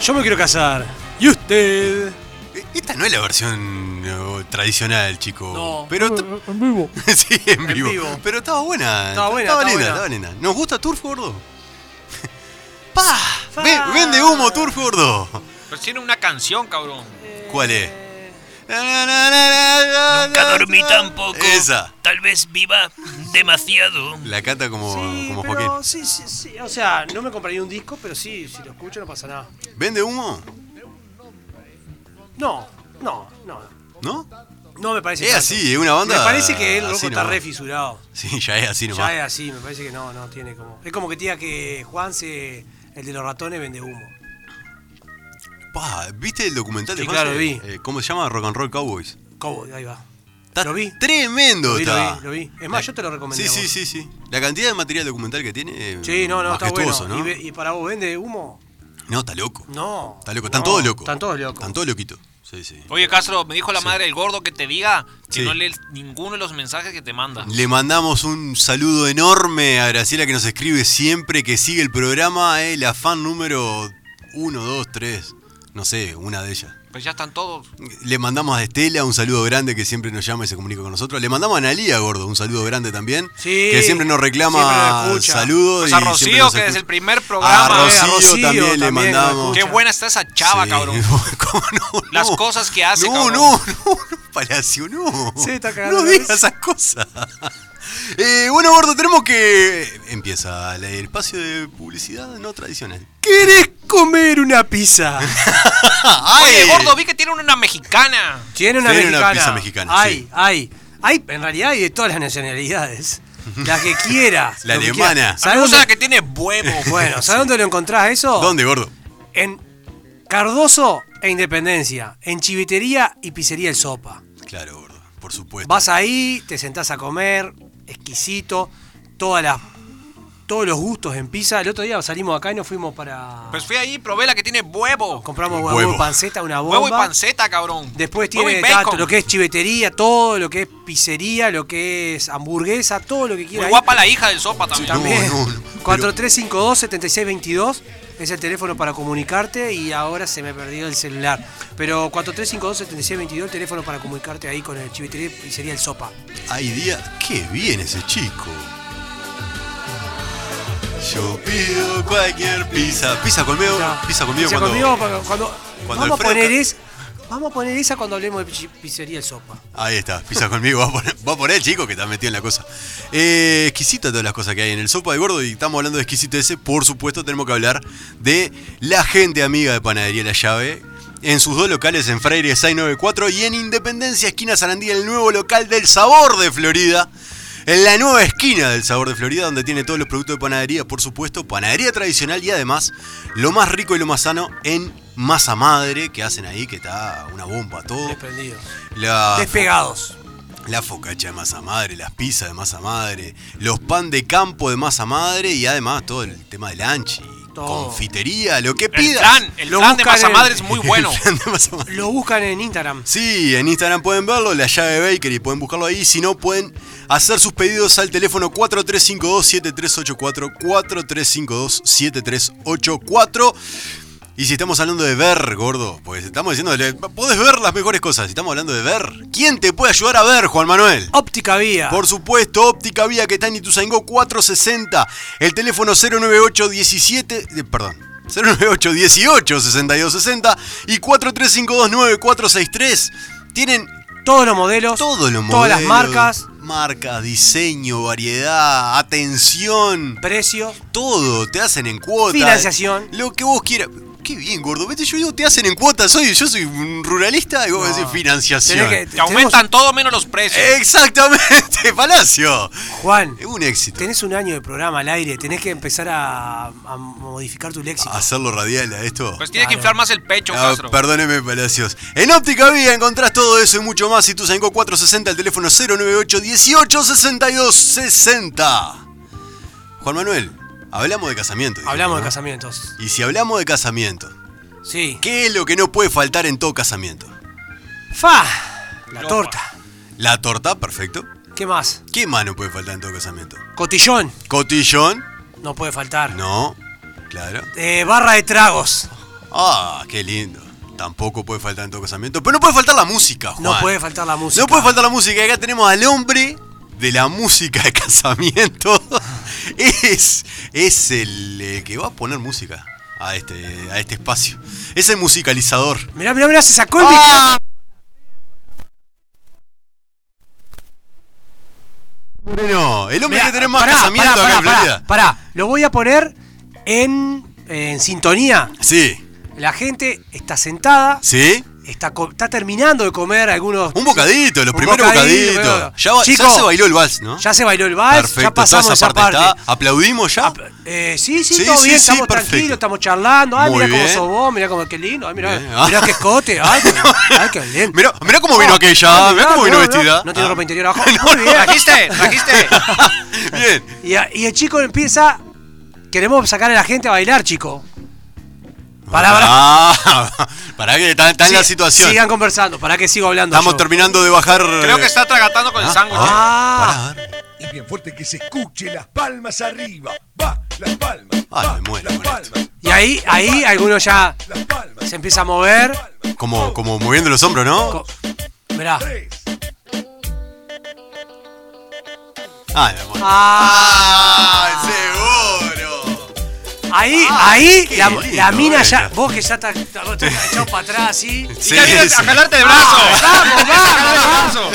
S4: Yo me quiero casar. ¿Y usted?
S5: e- esta no es la versión eh, tradicional, chico.
S4: No.
S5: pero t-
S9: En vivo.
S5: sí, en vivo.
S4: vivo.
S5: Pero estaba buena.
S4: Estaba buena,
S5: Estaba
S4: estaba
S5: linda,
S4: buena.
S5: estaba linda. ¿Nos gusta Turf, gordo? ¡Pah! Ven- Vende humo, Turf, gordo.
S6: Pero Pues tiene una canción, cabrón.
S5: ¿Cuál es?
S8: Nunca dormí tan poco.
S5: Esa.
S8: Tal vez viva demasiado.
S5: La canta como, como Joaquín.
S4: pero sí, sí, sí. O sea, no me compraría un disco, pero sí, si lo escucho no pasa nada.
S5: ¿Vende humo?
S4: No, no, no.
S5: ¿No?
S4: No me parece.
S5: Es
S4: tanto.
S5: así, es una banda
S4: Me parece que el
S5: así
S4: loco está
S5: nomás.
S4: re fisurado.
S5: Sí, ya es así nomás.
S4: Ya es así, me parece que no, no tiene como. Es como que te diga que Juan se. El de los ratones vende humo.
S5: Pa, ¿Viste el documental de
S4: Sí,
S5: Juanse?
S4: claro, vi.
S5: Eh, ¿Cómo se llama? Rock and Roll Cowboys.
S4: ¿Cómo? Ahí va.
S5: Está
S4: Lo vi.
S5: Tremendo
S4: Lo vi, lo
S5: está.
S4: vi, lo vi. Es más,
S5: La-
S4: yo te lo recomendé
S5: Sí,
S4: a
S5: sí,
S4: vos.
S5: sí, sí. La cantidad de material documental que tiene. eh,
S4: Sí, no, no, está
S5: majestuoso,
S4: bueno.
S5: ¿no?
S4: ¿Y, ve- y para vos vende humo?
S5: No, está loco.
S4: No.
S5: Está loco. Están
S4: No,
S5: todos locos.
S4: Están todos locos.
S5: Están todos loquitos. Sí. Sí, sí.
S6: Oye, Castro, me dijo la madre del gordo que te diga que
S5: Sí.
S6: no lees ninguno de los mensajes que te manda.
S5: Le mandamos un saludo enorme a Graciela que nos escribe siempre que sigue el programa, eh, la fan número 1, 2, 3, no sé, una de ellas.
S6: Pues ya están todos.
S5: Le mandamos a Estela un saludo grande que siempre nos llama y se comunica con nosotros. Le mandamos a Analia Gordo un saludo grande también.
S4: Sí,
S5: que siempre nos
S4: siempre nos
S5: reclama
S4: escucha.
S5: saludos.
S6: Pues a
S5: y siempre
S6: Rocío,
S5: nos
S6: que
S5: escucha.
S6: desde el primer
S5: a
S6: programa.
S4: eh,
S5: Rocío,
S4: a Rocío
S5: también le
S4: también nos
S5: mandamos.
S6: Qué
S4: escucha.
S6: buena está esa chava,
S5: Sí.
S6: cabrón.
S5: ¿Cómo no?
S6: Las
S5: No.
S6: cosas que hace,
S5: No,
S6: cabrón.
S5: no, no, no, Palacio, no.
S4: Sí, está cagando
S5: no
S4: la
S5: digas
S4: cabeza.
S5: esas cosas. Eh, bueno, gordo, tenemos que. Empieza el espacio de publicidad no tradicional.
S4: ¿Querés comer una pizza?
S6: Oye,
S5: ¡Ay!
S6: gordo, vi que tiene una mexicana.
S4: Tiene una
S5: Tiene una
S4: mexicana.
S5: pizza mexicana,
S4: Hay,
S5: sí.
S4: hay. Hay, en realidad hay de todas las nacionalidades. La que quiera.
S5: La
S4: lo que
S5: alemana.
S4: quiera.
S6: A mí
S4: ¿Sabés
S6: me gusta la
S4: dónde-
S6: que tiene huevo.
S4: Bueno, ¿sabes dónde lo encontrás eso?
S5: ¿Dónde, gordo?
S4: En Cardoso e Independencia. En Chivitería y Pizzería El Sopa.
S6: Este.
S5: Claro, gordo, por supuesto.
S4: Vas ahí, te sentás a comer, exquisito, todas las, todos los gustos en pizza. El otro día salimos acá y nos fuimos para...
S6: Pues fui ahí y probé la que tiene huevo.
S4: compramos
S5: Huevo.
S4: huevo, y panceta, una bomba.
S6: Huevo y panceta, cabrón.
S4: Después
S6: Huevo y
S4: tiene
S6: bacon.
S4: tanto lo que es chivetería, todo lo que es pizzería, lo que es hamburguesa, todo lo que
S6: Muy
S4: quieras.
S6: guapa la hija del sopa también.
S5: Sí,
S4: También.
S5: No, no, no, pero-
S4: 4352-7622 es el teléfono para comunicarte y ahora se me perdió el celular. Pero 4352-7622 el teléfono para comunicarte ahí con el chivetería y sería el sopa.
S5: Hay días. ¡Qué bien ese chico! Yo pido cualquier pizza. Pizza conmigo.
S4: Ya.
S5: Pizza conmigo
S4: Pizza
S5: cuando.
S4: conmigo para- cuando-
S5: cuando
S4: vamos, a
S5: Alfredo
S4: poner
S5: ca-
S4: es- vamos a poner esa cuando hablemos de chi- pizzería el sopa.
S5: Ahí está, pizza conmigo, va por, va por él, chico, que está metido en la cosa. Eh, exquisita todas las cosas que hay en el sopa de gordo y estamos hablando de exquisitece, por supuesto tenemos que hablar de la gente amiga de Panadería La Llave. En sus dos locales, en Freire 694 y en Independencia, esquina Sarandí, el nuevo local del Sabor de Florida. En la nueva esquina del Sabor de Florida, donde tiene todos los productos de panadería, por supuesto, panadería tradicional y además lo más rico y lo más sano en masa madre que hacen ahí, que está una bomba todo.
S4: Desprendidos.
S5: La
S4: Despegados.
S5: la focacha de masa madre, las pizzas de masa madre, los pan de campo de masa madre y además todo el tema del anchi,
S4: Todo.
S5: confitería, lo que
S6: El
S5: pidas.
S6: plan, el
S4: Lo
S6: plan de
S4: buscan en-
S6: Mazamadre es muy bueno.
S5: El plan de masa madre.
S4: Lo buscan en Instagram.
S5: Sí, en Instagram pueden verlo, la llave Bakery, pueden buscarlo ahí. Si no, pueden hacer sus pedidos al teléfono 4352-7384. 4352-7384. Y si estamos hablando de ver, gordo, pues estamos diciéndole, podés ver las mejores cosas. Si estamos hablando de ver, ¿quién te puede ayudar a ver, Juan Manuel?
S4: Óptica Vía.
S5: Por supuesto, Óptica Vía que está en Ituzaingó 460. El teléfono 098 17, eh, perdón, 098 18 62 60 y 43529463. Tienen
S4: todos los modelos.
S5: todos los modelos,
S4: Todas las marcas.
S5: marcas, diseño, variedad, atención,
S4: Precios.
S5: todo, te hacen en cuotas.
S4: Financiación.
S5: Lo que vos quieras. Qué bien, gordo. Vete, yo digo, te hacen en cuotas. Soy, yo soy un ruralista y vos decís financiación.
S4: Tenés que-
S6: Te aumentan todo menos los precios.
S5: Eh. Exactamente, Palacio.
S4: Juan,
S5: Es un éxito.
S4: tenés un año de programa al aire. Tenés que empezar a, a modificar tu léxico.
S5: hacerlo radial a esto.
S6: Pues tiene que
S4: Claro.
S6: inflar más el pecho,
S5: Ah,
S6: Castro.
S5: perdóneme, Palacios. En Óptica Vía encontrás todo eso y mucho más. Y tu 460, el teléfono 098 18 62 60. Juan Manuel, hablamos de casamiento. dijimos,
S4: Hablamos de
S5: ¿no?
S4: casamientos.
S5: Y si hablamos de casamiento,
S4: Sí.
S5: ¿qué es lo que no puede faltar en todo casamiento?
S4: ¡Fa! La
S6: Lopa.
S4: torta.
S5: La torta, perfecto.
S4: ¿Qué más?
S5: ¿Qué más no puede faltar en todo casamiento?
S4: Cotillón.
S5: Cotillón,
S4: No puede faltar.
S5: no, claro.
S4: Eh, barra de tragos.
S5: Ah, qué lindo. Tampoco puede faltar en todo casamiento. Pero no puede faltar la música, Juan.
S4: No puede faltar la música.
S5: No puede faltar la música. Acá tenemos al hombre de la música de casamiento. Es, es el, eh, que va a poner música a este, a este espacio. Es el musicalizador.
S4: Mirá, mirá, mirá, se sacó el micrófono.
S5: ¡Ah! Bueno, el hombre
S4: Mirá,
S5: que tenemos más
S4: pará,
S5: casamiento
S4: pará,
S5: acá en
S4: pará,
S5: Florida.
S4: pará, pará. Lo voy a poner en, en sintonía.
S5: Sí,
S4: La gente está sentada,
S5: sí.
S4: está, co- está terminando de comer algunos.
S5: Un bocadito, los
S4: Un
S5: primeros
S4: bocadito,
S5: bocaditos.
S4: pero-
S5: Ya, va- ya
S4: Chico,
S5: se bailó el vals, ¿no?
S4: Ya se bailó el vals, ya pasamos
S5: toda
S4: esa parte.
S5: está. ¿Aplaudimos ya?
S4: Eh, sí, sí,
S5: Sí,
S4: todo
S5: sí,
S4: bien,
S5: sí,
S4: estamos
S5: perfecto.
S4: tranquilos, estamos charlando. Ay,
S5: Muy
S4: mira cómo
S5: bien.
S4: sos vos, mira cómo qué lindo. Ay, mira,
S5: Bien. Ah.
S4: mira qué escote. Ay, qué, ay, qué lindo.
S5: Mirá, mirá cómo vino
S4: Ah,
S5: aquella,
S4: ah,
S5: mirá cómo vino
S4: no, no,
S5: vestida.
S4: No, tiene
S5: Ah.
S4: ropa interior abajo. Muy bien.
S6: Trajiste, trajiste.
S5: Bien.
S4: Y, a- y el chico empieza. Queremos sacar a la gente a bailar, chico. Pará, pará.
S5: Ah, para que está, está en la
S4: Sí,
S5: situación.
S4: Sigan conversando, para que sigo hablando.
S5: Estamos
S4: yo.
S5: terminando de bajar. ¿ah?
S6: Creo que está tragatando con el sándwich.
S4: Ah,
S5: Pará, a ver.
S10: Y bien fuerte que se escuche las palmas arriba. Va, las palmas.
S5: Ay,
S10: va,
S5: Ah, me muero
S10: las
S5: con esto.
S10: palmas,
S4: y ahí, ahí alguno ya
S10: las palmas.
S4: se empieza a mover.
S5: Como, como moviendo los hombros, ¿no?
S4: Co- Mirá.
S10: Tres.
S5: Ay, me muero.
S4: Ah,
S5: Ay, seguro.
S4: ahí,
S5: Ah,
S4: ahí,
S5: qué
S4: la,
S5: lindo,
S4: la mina ya.
S5: bueno.
S4: Vos que ya estás estás echado para atrás así.
S5: Sí,
S6: ya viene
S5: sí. Ah.
S6: a jalarte el brazo.
S4: vamos,
S6: Viene a jalar el brazo.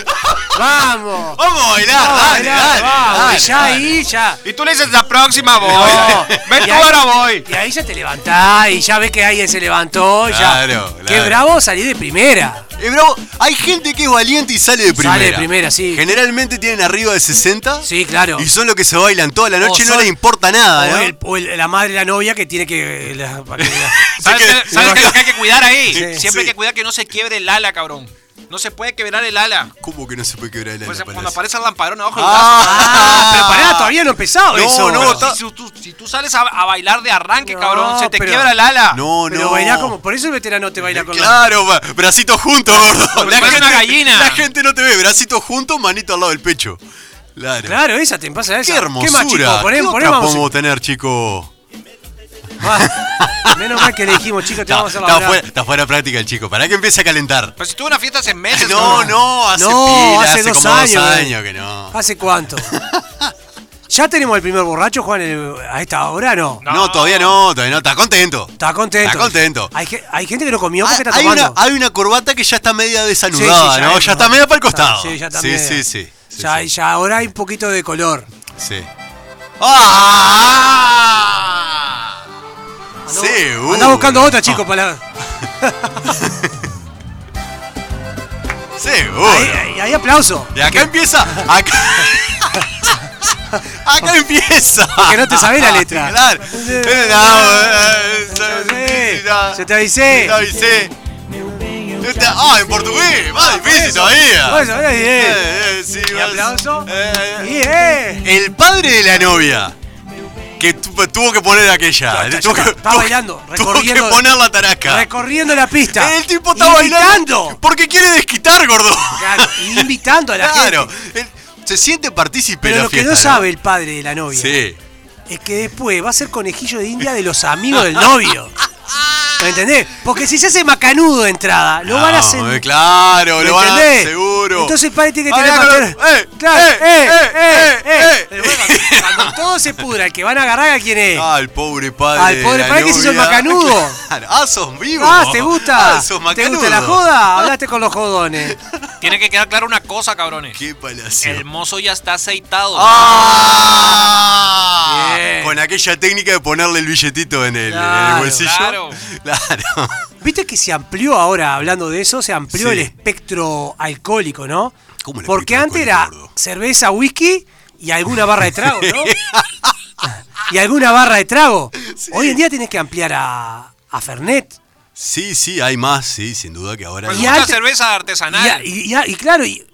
S4: ¡Vamos!
S5: Vamos a bailar, dale,
S4: Mirá,
S5: dale,
S4: vamos,
S5: dale,
S4: y ya
S5: dale.
S4: ahí, ya.
S6: Y tú le dices, la próxima voy.
S4: No.
S6: Ven
S4: Y
S6: tú,
S4: ahí-
S6: ahora voy.
S4: Y ahí ya te levantás y ya ves que alguien se levantó. y
S5: Claro,
S4: ya. Qué
S5: claro.
S4: bravo salir de primera.
S5: Eh, bravo, hay gente que es valiente y sale de primera.
S4: Sale de primera, sí.
S5: Generalmente tienen arriba de 60.
S4: Sí, claro.
S5: Y son los que se bailan toda la noche y
S4: O
S5: no
S4: son-
S5: les importa nada,
S4: o
S5: ¿no?
S4: el- o el- la madre, la novia que tiene que. la- para que la-
S6: ¿Sabes,
S5: que-
S6: qué- sabes qué es lo que hay que cuidar ahí?
S4: Sí,
S6: Siempre
S5: sí.
S6: hay que cuidar que no se quiebre el ala, cabrón. No se puede quebrar el ala.
S5: ¿Cómo que no se puede quebrar el
S6: Pues
S5: ala,
S6: cuando
S5: Palacio?
S6: aparece el lamparón abajo del brazo.
S4: ah, pero pará,
S5: Ah,
S4: todavía no he empezado
S5: No,
S4: eso.
S5: no,
S6: Pero
S5: está-
S6: si, si tú, si tú sales a, a bailar de arranque,
S4: No,
S6: cabrón, se te
S4: pero-
S6: quiebra el ala.
S5: No,
S4: Pero
S5: no.
S4: bailá como. Por eso el veterano te baila con la-
S5: Eh, Claro, ba- bracitos juntos, gordo.
S6: Porque parece una gallina.
S5: La gente no te ve, bracitos juntos, manito al lado del pecho. Claro.
S4: Claro, esa te pasa esa.
S5: Qué
S4: ¿Qué más, chico?
S5: hermosura.
S4: Poné-
S5: ¿Qué
S4: poné
S5: otra
S4: más
S5: podemos tener, chico?
S4: música. Ah, Menos mal que le dijimos, chicos, te
S5: Está,
S4: vamos a
S5: está
S4: hacer la
S5: fuera, está fuera de práctica el chico. ¿Para que empiece a calentar?
S6: Pero Pues, si tuve una fiesta hace meses.
S5: No,
S6: cabrón.
S5: no, hace
S4: No,
S5: pila,
S4: hace dos
S5: como
S4: años,
S5: dos
S4: eh.
S5: años que no.
S4: ¿Hace cuánto? ¿Ya tenemos el primer borracho, Juan, el- a esta hora no?
S5: No, todavía no, todavía no. Está contento.
S4: Está contento.
S5: Está contento.
S4: Hay, ge- hay gente que no comió
S5: Ah,
S4: porque está
S5: hay,
S4: tomando.
S5: una, hay una corbata que ya está media desanudada,
S4: Sí, sí, ya
S5: ¿no?
S4: es,
S5: ya
S4: ¿no?
S5: está media para el costado.
S4: Sí, ya está
S5: sí,
S4: media.
S5: sí, sí, sí,
S4: ya,
S5: sí,
S4: ya ahora hay un poquito de color.
S5: sí. ¡Ah! Seguro.
S4: Andá buscando otra, chico, para...
S5: Seguro.
S4: Ahí, ahí- ahí aplauso.
S5: Y acá empieza. Acá. acá empieza.
S4: Que no te sabés la letra.
S5: Claro. Eh, no, eh,
S4: sé,
S5: sí, ya.
S4: yo te avisé.
S5: Yo te avisé. Yo te- Ah, en portugués. Más difícil todavía.
S4: Bueno, ahí, eh.
S5: Eh, eh, sí,
S4: Y
S5: vas-
S4: aplauso.
S5: Eh, eh.
S4: Y, eh.
S5: El padre de la novia. Que tu- tuvo que poner aquella.
S4: Ya, ya,
S5: tuvo
S4: ya,
S5: que-
S4: está
S5: tuvo-
S4: bailando,
S5: Tuvo que
S4: recorriendo-
S5: poner la taraca.
S4: Recorriendo la pista.
S5: eh, El tipo está
S4: Invitando.
S5: bailando. Porque quiere desquitar, gordo.
S4: Claro, invitando a la
S5: Claro.
S4: gente.
S5: Él se siente partícipe de
S4: Pero
S5: la
S4: lo que
S5: fiesta,
S4: no sabe el padre de la novia
S5: Sí.
S4: es que después va a ser conejillo de India de los amigos del novio. ¿Me entendés? Porque si se hace macanudo de entrada, lo van a hacer.
S5: No, eh, Claro,
S4: ¿me
S5: lo van a
S4: entendés?
S5: seguro.
S4: Entonces el padre tiene que
S5: Ah,
S4: tener
S5: claro,
S4: mater-
S5: eh,
S4: Claro,
S5: eh,
S4: eh,
S5: eh,
S4: eh,
S5: eh,
S4: eh. Pero bueno, Cuando todo se pudra, el que van a agarrar a quién es.
S5: Ah, el pobre padre.
S4: Al pobre
S5: de la
S4: padre que se hizo el
S5: novia.
S4: macanudo.
S5: Claro. Ah, sos vivo.
S4: Ah, ¿te gusta?
S5: Ah, sos
S4: ¿Te
S5: macanudo.
S4: gusta la joda? Hablaste con los jodones.
S6: Tiene que quedar clara una cosa, cabrones.
S5: Qué palacio.
S6: El mozo ya está aceitado.
S5: ¡Ah!
S4: Bien.
S5: Con aquella técnica de ponerle el billetito en el, en el
S4: Claro,
S5: bolsillo.
S6: claro.
S5: Claro.
S4: Viste que se amplió ahora, hablando de eso, se amplió
S5: Sí.
S4: el espectro alcohólico, ¿no?
S5: ¿Cómo el
S4: Porque
S5: espectro
S4: antes era
S5: alcohólico, gordo?
S4: cerveza, whisky y alguna barra de trago, ¿no? y alguna barra de trago. Hoy en día tenés que ampliar a, a Fernet.
S5: Sí, sí, hay más, sí, sin duda que ahora.
S6: Pues
S5: no.
S4: Y
S6: mucha
S4: antes-
S6: cerveza artesanal.
S4: Y, a- y- y a- y claro, y,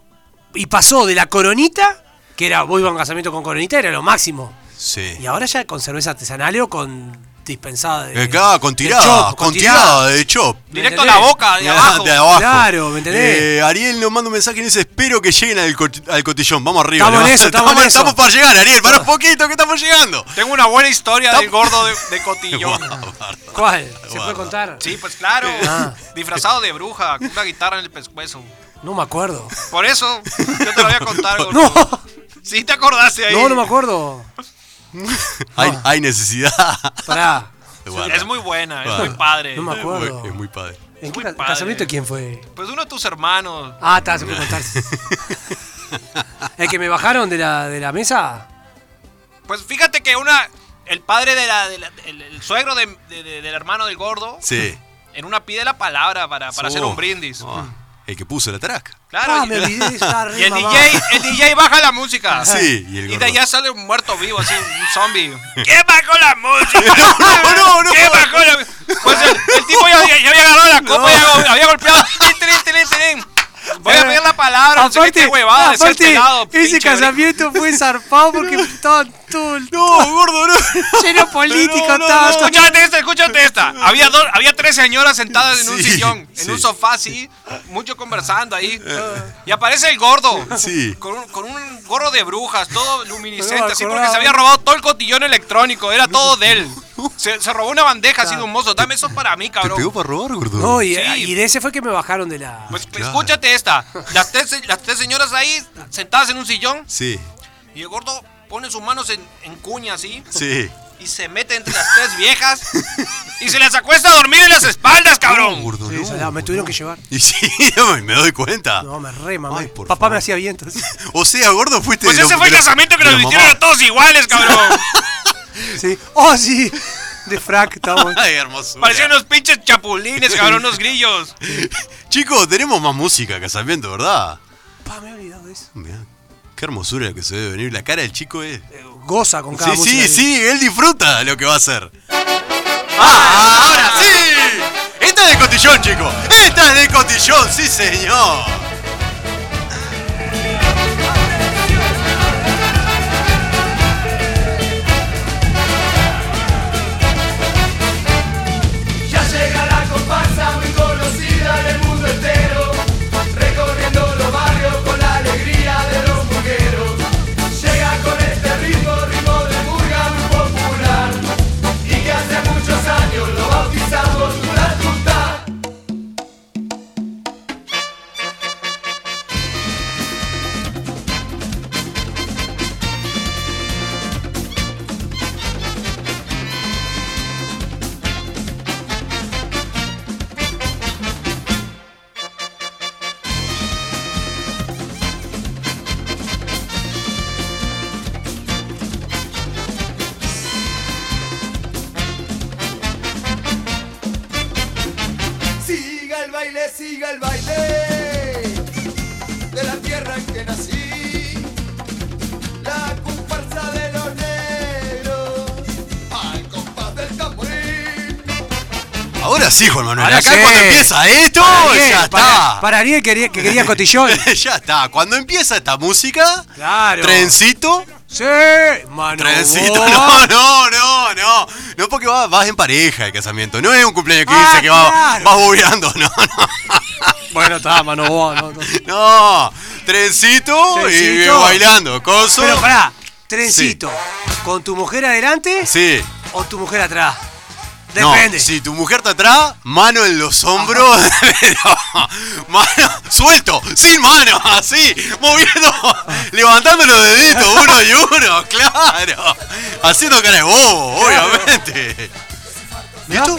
S4: y pasó de la coronita, que era, voy a un casamiento con coronita, era lo máximo.
S5: Sí.
S4: Y ahora ya con cerveza artesanal o con dispensada de.
S5: Eh, claro, con
S4: de
S5: tirada,
S4: chop,
S5: con tirada de chop.
S6: Directo a
S4: ¿Me entendés?
S6: la boca, de abajo.
S5: De abajo.
S4: Claro, ¿me entendés?
S5: Eh, Ariel nos manda un mensaje y dice, espero que lleguen al, cot- al cotillón. Vamos arriba.
S4: Estamos
S5: ¿no?
S4: en eso, estamos en eso.
S5: para llegar, Ariel. Para un poquito, que estamos llegando.
S6: Tengo una buena historia del gordo de, de cotillón.
S4: ¿Cuál? ¿Se puede contar?
S6: Sí, pues claro.
S4: Ah.
S6: Disfrazado de bruja, con una guitarra en el pescuezo.
S4: No me acuerdo.
S6: Por eso, yo te lo voy a contar, gordo.
S4: No,
S6: Sí, te acordaste ahí.
S4: no, no me acuerdo.
S5: hay,
S4: Ah.
S5: hay necesidad.
S4: Pará.
S5: Guarda.
S6: Es muy buena, es
S5: Guarda.
S6: muy padre.
S4: No me
S5: Es muy-
S4: acuerdo.
S5: Es muy padre.
S4: ¿En qué
S6: Muy
S4: ca-
S6: padre.
S4: casamiento quién fue?
S6: Pues uno de tus hermanos.
S4: Ah, está, se puede contar. ¿El que me bajaron de la, de la mesa?
S6: Pues fíjate que una. El padre de la. de la- el, el suegro de- de- de- del hermano del gordo.
S5: Sí.
S6: En una pide la palabra para, para hacer
S5: Oh.
S6: un brindis. Mm.
S5: Oh, el que puso la taraca.
S6: Claro.
S4: Ah,
S6: y-
S4: me olvidé de estar
S6: y el DJ, el DJ baja la música.
S5: Sí, y el
S6: de
S5: gordo.
S6: allá sale un muerto vivo, así, un zombie. ¿Qué bajó la música?
S5: No, no, no.
S6: ¿Qué bajó la Pues el, el
S5: Eh,
S6: tipo ya, ya había agarrado la copa y había, había golpeado. Tin, tin, tin, tin, tin. Voy a pedir la palabra. pensé que este huevada decía el pelado,
S4: ese
S6: pinche
S4: casamiento fue zarpado porque estaban todos
S5: No, gordo, no.
S4: lleno político,
S5: No, no,
S4: estaba
S5: no.
S4: con-
S6: Escúchate esta, escúchate esta. Había, dos, había tres señoras sentadas en un
S5: Sí,
S6: sillón, en
S5: sí. Eh.
S6: un sofá así, mucho conversando ahí. Y aparece el gordo.
S5: Sí.
S6: Con un, con un gorro de brujas, todo
S4: No me
S6: luminiscente, así porque
S4: acordaba.
S6: se había robado todo el cotillón electrónico, era todo de él. Se, se robó una bandeja así de un mozo. Dame eso para mí,
S5: Te pegó
S6: cabrón.
S5: para robar, gordo.
S4: No, y,
S6: Sí.
S4: y de ese fue que me bajaron de la.
S6: Pues, pues,
S5: Claro.
S6: escúchate esta. Las tres, se- las tres señoras ahí, sentadas en un sillón,
S5: Sí,
S6: y el gordo pone sus manos en, en cuña así.
S5: sí.
S6: Y se mete entre las tres viejas y se las acuesta a dormir en las espaldas,
S5: No,
S6: cabrón.
S5: gordo,
S4: Sí,
S5: no,
S4: soldado, me
S5: gordo.
S4: tuvieron que llevar.
S5: Y sí, no, me doy cuenta.
S4: No, me re mamé.
S5: Ay, por
S4: Papá
S5: favor.
S4: me hacía vientos.
S5: O sea, gordo, fuiste.
S6: Pues
S5: de lo-
S6: ese fue el
S5: de la-
S6: casamiento que
S5: de
S6: nos
S5: la
S6: hicieron
S5: mamá.
S6: a todos iguales, cabrón.
S4: Sí. ¡Oh, sí! De Frank, estamos.
S5: Ay, hermosura.
S6: Parecían unos pinches chapulines, cabrón, unos grillos.
S5: Chicos, tenemos más música, casamiento, ¿verdad?
S4: Pa, me he olvidado de eso.
S5: Mirá, qué hermosura lo que se debe venir. La cara del chico es.
S4: Eh, Goza con cada
S5: sí,
S4: música
S5: sí,
S4: que-
S5: sí, él disfruta lo que va a hacer. ¡Ah! ¡Ahora sí! Esta es de cotillón, chicos. Esta es de cotillón, sí, señor.
S8: Ya llega la comparsa muy conocida en el mundo entero, recorriendo los barrios con la alegría de los mujeros. Llega con este ritmo, ritmo de burga muy popular, y que hace muchos años lo bautizamos Tula Tuta. Siga el baile, siga el baile de la tierra en que nací. La comparsa de los negros al compás del tamboril.
S5: Ahora sí, Juan Manuel.
S4: Ahora
S5: acá
S4: sí.
S5: cuando empieza esto,
S4: Para Ariel,
S5: ya
S4: Para,
S5: está.
S4: para Ariel que quería, que quería cotillón.
S5: ya está. Cuando empieza esta música,
S4: Claro.
S5: trencito.
S4: Sí, mano.
S5: Trencito,
S4: vos.
S5: no, no, no, no. No porque va- vas en pareja de casamiento. No es un cumpleaños 15
S4: Ah,
S5: que va-
S4: claro.
S5: vas bobeando, no, no.
S4: Bueno, está, mano, vos, no, no.
S5: No, trencito, y
S4: Trencito.
S5: bailando. Coso.
S4: Pero pará, trencito. ¿Con tu mujer adelante
S5: Sí.
S4: o tu mujer atrás?
S5: No,
S4: Depende.
S5: si tu mujer está atrás, mano en los hombros. pero, mano, suelto, sin mano, así, moviendo, levantando los deditos uno y uno, claro. Haciendo cara de bobo, obviamente.
S4: ¿Esto?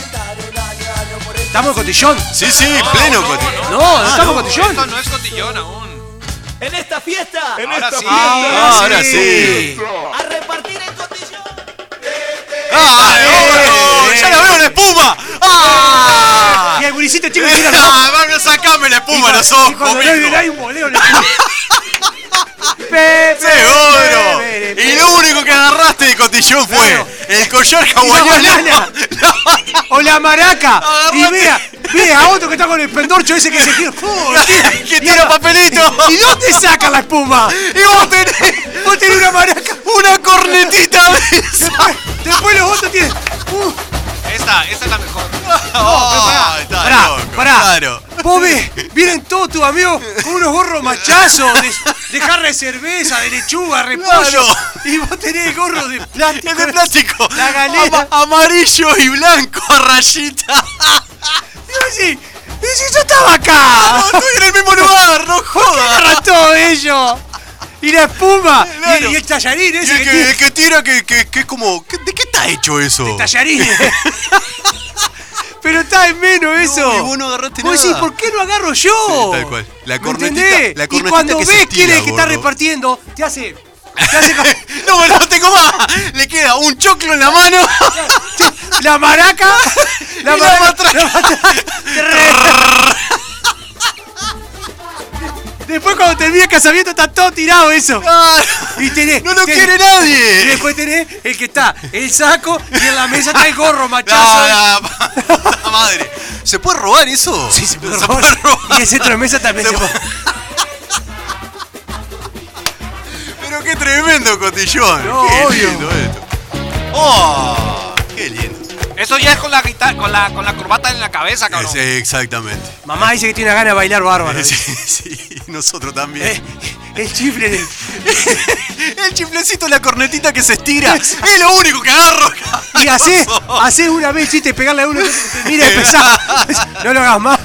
S4: ¿Estamos en cotillón?
S5: Sí, sí, pleno
S6: no,
S5: cotillón.
S4: No, no
S5: Ah,
S4: estamos
S5: no,
S4: en cotillón.
S6: Esto no es cotillón aún.
S8: En esta fiesta
S10: En
S6: Ahora
S10: esta
S6: sí.
S10: fiesta.
S5: Ah, ahora sí.
S8: a repartir el cotillón.
S5: ¡Ah, no, no, ¡Ya la veo la espuma! ¡Ah!
S4: Y el gurisito chico tira los ojos.
S5: Ah, Vamos, sacame la espuma a los
S4: Y
S5: ojos,
S4: cuando no hay
S5: mijo.
S4: hay un boleo en el culo. Pe- pe-
S5: ¡Seguro!
S4: pe- pe-
S5: Y lo único que agarraste de cotillón fue
S4: Claro.
S5: el collar hawaiano.
S4: banana. O la maraca.
S5: Agarrate.
S4: Y vea, vea a otro que está con el pendorcho ese que se tira. ¡Pum!
S5: ¡Que tira papelito!
S4: ¿Y dónde saca la espuma?
S5: ¡Y vos tenés
S4: Vos tenés una maraca.
S5: una cornetita de esa!
S4: Después, después los otros tienen. Uh,
S6: Esta, esta es la mejor.
S5: ¡Oh, está
S4: pará,
S5: loco,
S4: pará.
S5: claro.
S4: Vos ves, vienen todos tus amigos con unos gorros machazos, de, de jarra de cerveza, de lechuga, repollo.
S5: Claro.
S4: Y vos tenés el gorro de plástico.
S5: Es de plástico.
S4: La galera.
S5: Ama- amarillo y blanco a rayita.
S4: Y vos decís, decís, yo estaba acá.
S5: No, estoy en el mismo lugar, no jodas.
S4: agarra todo ello. Y la espuma. Y-
S5: Claro.
S4: Y, el tallarín
S5: Y
S4: ese
S5: el
S4: que,
S5: que, el que tira, que, que, que es como. ¿qué- ¿De qué está hecho eso?
S4: tiene tallarín. Pero está en menos eso.
S5: y vos no agarraste
S4: Vos decís,
S5: nada.
S4: ¿por qué no agarro yo?
S5: Sí, tal cual. La
S4: ¿Me
S5: cornetita-
S4: entendés?
S5: la
S4: y
S5: cornetita
S4: cuando
S5: que se
S4: ves
S5: estira,
S4: quién es el que está
S5: gordo.
S4: repartiendo, te hace. Te hace ca-
S5: No, no tengo más. Le queda un choclo en la mano.
S4: la maraca. La
S5: Y la
S4: maraca.
S5: matraca.
S4: la matraca. Te re- Después cuando termina el casamiento está todo tirado eso. Y tenés,
S5: No lo
S4: tenés-
S5: quiere
S4: Y
S5: nadie.
S4: después tenés el que está el saco y en la mesa está el gorro machazo.
S5: La, madre. ¿Se puede robar eso?
S4: Sí, se puede robar. Y el centro de mesa también se puede.
S5: ¡Qué tremendo cotillón!
S4: No,
S5: ¡Qué
S4: obvio.
S5: lindo esto! ¡Oh! ¡Qué lindo!
S6: Eso ya es con la guitarra, con la, con la corbata en la cabeza, cabrón.
S5: Sí, exactamente.
S4: Mamá dice que tiene una gana de bailar bárbaro.
S5: Sí,
S4: dice.
S5: sí, nosotros también.
S4: Eh, el chifle del.
S5: El chiflecito de la cornetita que se estira. es lo único que agarro.
S4: Y haces, haces una vez chiste, pegarle a uno. Mira, pesado. No lo hagas más.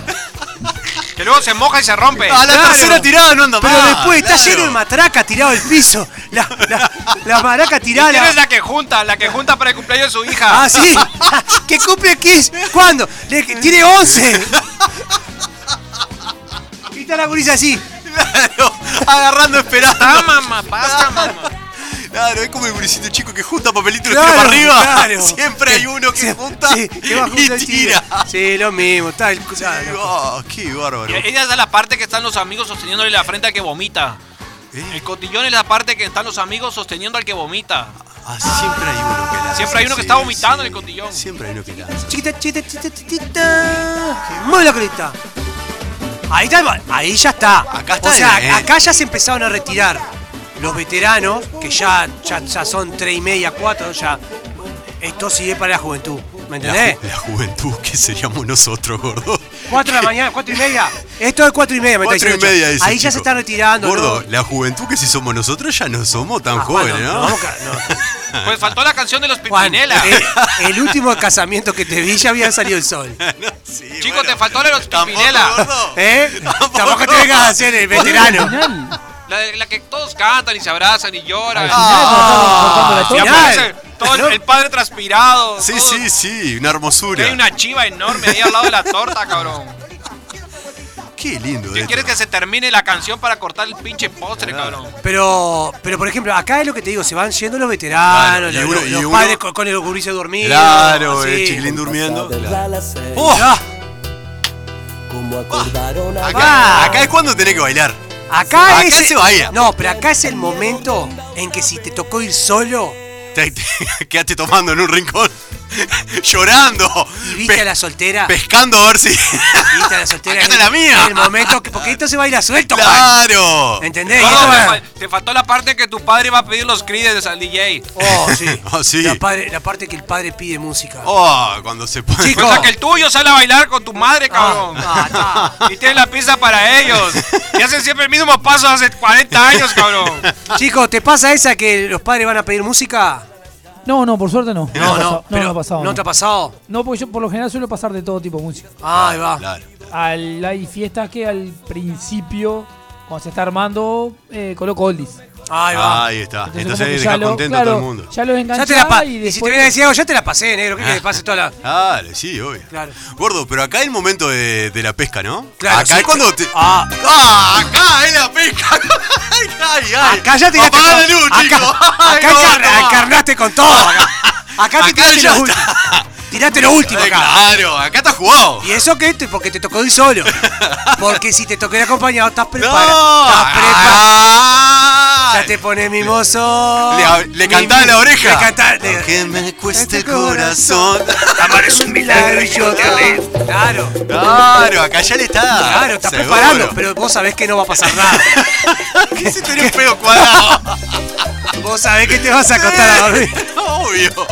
S6: Que luego se moja y se rompe.
S5: A la
S4: Claro.
S5: tercera tirada no anda
S4: Pero
S5: más,
S4: después está
S5: claro.
S4: lleno de matraca tirado al piso. La, la, la maraca
S6: Y
S4: tirada.
S6: tienes la que junta, la que junta para el cumpleaños de su hija.
S4: Ah, sí. que cumple 15. ¿Cuándo? Le- tiene 11. Y está la gurisa así.
S5: Claro, agarrando
S6: Ah,
S5: esperando.
S6: mamá, basta, mamá.
S5: Claro, es como el gurisito chico que junta papelito y lo
S4: Claro,
S5: tira para arriba.
S4: claro.
S5: Siempre hay uno que
S4: Sí,
S5: junta
S4: sí, que va junto
S5: y tira.
S4: Sí, lo mismo. Está el. ah,
S5: Digo,
S4: no.
S5: "Ah, qué bárbaro.
S6: Ella es la parte que están los amigos sosteniéndole la frente al que vomita.
S5: ¿Eh?
S6: El cotillón es la parte que están los amigos sosteniendo al que vomita.
S5: Ah, siempre hay uno que lanza.
S6: Siempre hay uno que está vomitando en el cotillón.
S5: Siempre hay uno que lanza.
S4: Chiquita, chiquita, chiquita, chiquita. Mueve la colita. Ahí, está, el ba- ahí ya está.
S5: Acá está
S4: O sea,
S5: bien.
S4: acá ya se empezaron a retirar los veteranos, que ya, ya, ya son 3 y media, 4, ya. Esto sigue para la juventud. ¿Me
S5: La,
S4: entendés?
S5: ju- la juventud que seríamos nosotros, gordo.
S4: 4 de la mañana, 4 y media. Esto es 4 y media, me está
S5: Cuatro y
S4: diciendo.
S5: media
S4: Ahí
S5: dice el
S4: ya se
S5: chico.
S4: está retirando.
S5: Gordo,
S4: ¿no?
S5: la juventud que si somos nosotros ya no somos tan
S4: Ah,
S5: jóvenes,
S4: Juan, no, no,
S5: ¿no?
S4: vamos ca- no.
S6: Pues faltó la canción de los
S4: Juan,
S6: Pimpinela.
S4: eh, el último casamiento que te vi ya había salido el sol.
S5: No, sí,
S6: Chico, te faltó la de los
S5: tampoco,
S6: Pimpinela.
S5: gordo.
S4: ¿Eh? Tampoco te vengas a hacer el veterano.
S6: La, de- la que todos cantan y se abrazan y lloran.
S9: Ah,
S6: y
S4: final.
S6: aparece todo el, el padre transpirado.
S5: Sí,
S6: todo-
S5: sí, sí, una
S6: Y
S5: hermosura.
S6: Hay una chiva enorme ahí al lado de la torta, cabrón.
S5: Qué lindo
S6: ¿Qué
S5: esto.
S6: quieres que se termine la canción para cortar el pinche postre, cabrón?
S4: Pero, pero por ejemplo, acá es lo que te digo, se van yendo los veteranos,
S5: Claro, y
S4: los,
S5: uno-
S4: los-
S5: y
S4: los
S5: uno-
S4: padres con, con el gurises dormido.
S5: Claro, el
S4: así.
S5: chiquilín durmiendo.
S4: ¡Oh!
S5: Acá, acá es cuando tenés que bailar.
S4: Acá,
S5: Acá
S4: es,
S5: se baila.
S4: No, pero acá es el momento en que si te tocó ir solo
S5: Te- te- quedaste tomando en un rincón, llorando,
S4: y viste
S5: pe-
S4: a la soltera,
S5: pescando a ver si.
S4: viste a la soltera.
S5: Acá está
S4: es-
S5: la mía.
S4: es El momento que, porque esto se baila suelto, Juan.
S5: ¡Claro!
S4: ¿Entendés? Y
S6: Gordo,
S4: esto
S6: te,
S4: va-
S6: fal- te faltó la parte que tu padre iba a pedir los crides al DJ.
S4: Oh, sí.
S5: Ah, sí.
S4: La, padre- la parte que el padre pide música.
S5: ¡Oh! Cuando se pone.
S4: Chico.
S6: O sea, que el tuyo sale a bailar con tu madre, cabrón.
S4: Ah,
S6: Y tiene la pista para ellos. Y hacen siempre el mismo paso hace 40 años, cabrón.
S4: Chicos, ¿te pasa esa que los padres van a pedir música?
S9: No, no, por suerte no.
S4: No,
S9: me ha
S4: no, pero
S9: pasado. no me ha pasado.
S4: ¿No
S9: No,
S4: te ha pasado?
S9: No, porque yo por lo general suelo pasar de todo tipo de música.
S4: Ah, ahí va.
S5: Claro.
S9: Al- hay fiestas que al principio, cuando se está armando, eh, coloco oldies.
S4: Ahí va.
S5: Ahí está. Entonces,
S9: como que
S5: deja
S9: lo-
S5: contento a
S9: claro,
S5: todo el mundo.
S9: Ya los
S4: Ya te la pa-
S9: enganchaba
S4: y
S9: y
S4: si te
S9: después...
S4: viene a decir algo, ya te la pasé, negro.
S5: Ah.
S4: ¿Qué que te pase toda la.?
S5: Claro, sí, obvio.
S4: Claro.
S5: Gordo, pero acá es el momento de, de la pesca, ¿no?
S4: Claro,
S5: Acá
S4: sí.
S5: es cuando te.
S4: Ah.
S5: Ah, acá es la pesca. ay, ay.
S4: Acá ya te
S5: Apagá la luz,
S4: acá,
S5: chico.
S4: acá
S5: Ay, gordo.
S4: encar- encarnaste con todo. Acá, acá te
S5: Acá
S4: tiraste
S5: ya
S4: lo último.
S5: está.
S4: Tiraste lo último
S5: Ay,
S4: acá.
S5: Claro, acá está jugado.
S4: Y eso que este, porque te tocó ir solo. Porque si te tocó ir acompañado, estás preparado.
S5: No.
S4: Estás preparado.
S5: Ah.
S4: Ya te pones mimoso.
S5: Le, le
S4: Mi-
S5: cantaba en la oreja.
S4: Le cantaba. le-
S5: Aunque me cueste el
S4: Este corazón.
S5: corazón. Amar es un milagro y yo te amé.
S4: Claro.
S5: Claro, acá ya le está.
S4: Claro, estás
S5: Seguro.
S4: preparando, pero vos sabés que no va a pasar nada.
S5: ¿Qué se tenía un pedo cuadrado?
S4: Vos sabés que te vas a acostar a dormir.
S5: Obvio.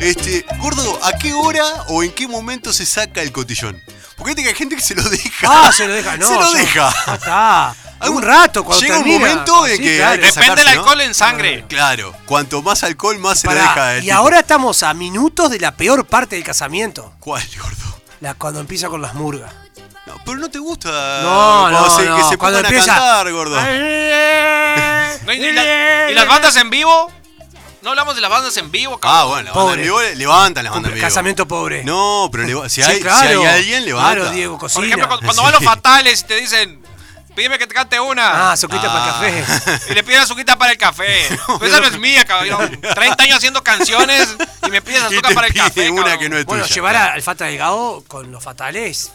S5: Este, gordo, ¿a qué hora o en qué momento se saca el cotillón? Porque viste que hay gente que se lo deja.
S4: Ah, se lo deja, no.
S5: Se lo
S4: yo-
S5: deja.
S4: Ya está. Un rato cuando
S5: Llega un
S4: termina.
S5: momento en
S4: Sí,
S5: que
S4: claro.
S5: hay que
S6: Depende del
S5: sacarse, ¿no? Ah,
S6: alcohol en sangre.
S5: Claro, cuanto más alcohol, más se
S4: Pará,
S5: lo deja el
S4: y
S5: tipo.
S4: ahora estamos a minutos de la peor parte del casamiento.
S5: ¿Cuál, gordo?
S4: La, cuando empieza con las murgas.
S5: No, pero no te gusta.
S4: No,
S5: Ah, cuando
S4: no,
S5: se-
S4: no.
S5: Que se
S4: Cuando
S5: pongan a
S4: empieza- eh,
S5: cantar, gordo.
S6: No, y, y la- y las bandas en vivo? No hablamos de las bandas en vivo, cabrón.
S5: Ah, bueno, la banda
S4: Pobre.
S5: en vivo le- levantan las bandas en vivo.
S4: eh, Casamiento pobre.
S5: No, pero le- si,
S4: Sí,
S5: hay, si
S4: claro.
S5: hay alguien, levanta.
S4: Claro, Diego, cocina.
S6: Por ejemplo, cu- cuando,
S5: Sí.
S6: van los fatales y te dicen, pídeme que te cante una.
S4: Ah, soquita para el café.
S6: Y le piden azuquita para el café. Pues esa no es mía, cabrón. 30 años haciendo canciones y me pides
S5: Y
S6: azúcar
S5: te
S6: para el café.
S5: pide una
S6: cabrón.
S5: que no es
S4: Bueno,
S5: tuya.
S4: llevar a- al Fata Delgado con los fatales.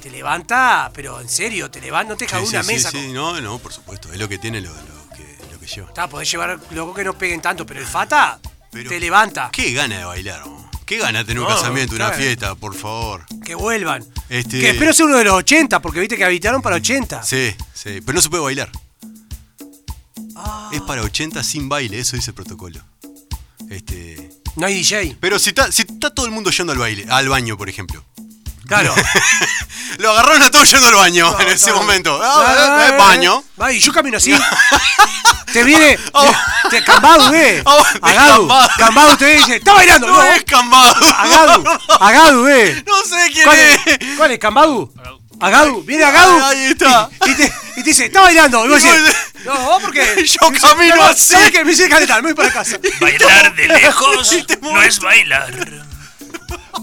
S4: Te levanta, pero en serio, te levanta, no te deja
S5: Sí, sí,
S4: una
S5: sí,
S4: mesa.
S5: sí,
S4: con-
S5: no, no, por supuesto. Es lo que tiene lo, lo que, lo que lleva.
S4: Está, podés llevar loco que no peguen tanto, pero el Fata
S5: Pero-
S4: te levanta.
S5: Qué gana de bailar, ¿no? Qué gana de tener un
S4: Ah. No,
S5: casamiento, una
S4: claro.
S5: fiesta, por favor.
S4: Que vuelvan.
S5: Este-
S4: Que espero sea uno de los 80, porque viste que habitaron para 80.
S5: Sí, sí, pero no se puede bailar. Es para 80 sin baile, eso dice el protocolo. Este,
S4: No hay DJ.
S5: pero si está, si está todo el mundo yendo al baile, al baño, por ejemplo.
S4: Claro.
S5: Lo agarraron a todos yendo al baño en ese momento. Ah, eh, eh, baño.
S4: Va, y yo camino así. te viene.
S5: Oh.
S4: Te, te cambado, eh.
S5: Oh,
S4: Agadu.
S5: descambado.
S4: Cambado te dice. ¡Está bailando!
S5: No,
S4: No,
S5: es Cambadu.
S4: Agadu. Agadu, eh.
S5: No sé quién
S4: ¿Cuál
S5: es.
S4: es? ¿Cuál es? ¿Cambadu? Agadu. Viene Agadu.
S5: Ahí está.
S4: Y te, y te dice, está bailando. Y vos
S5: Y vos
S4: decís,
S5: decís,
S4: no, vos porque.
S5: yo
S4: Me
S5: camino
S4: "No, no,
S5: así".
S4: ¿Sabes qué? Me dice calentar, me voy para casa.
S11: Bailar de lejos no es bailar.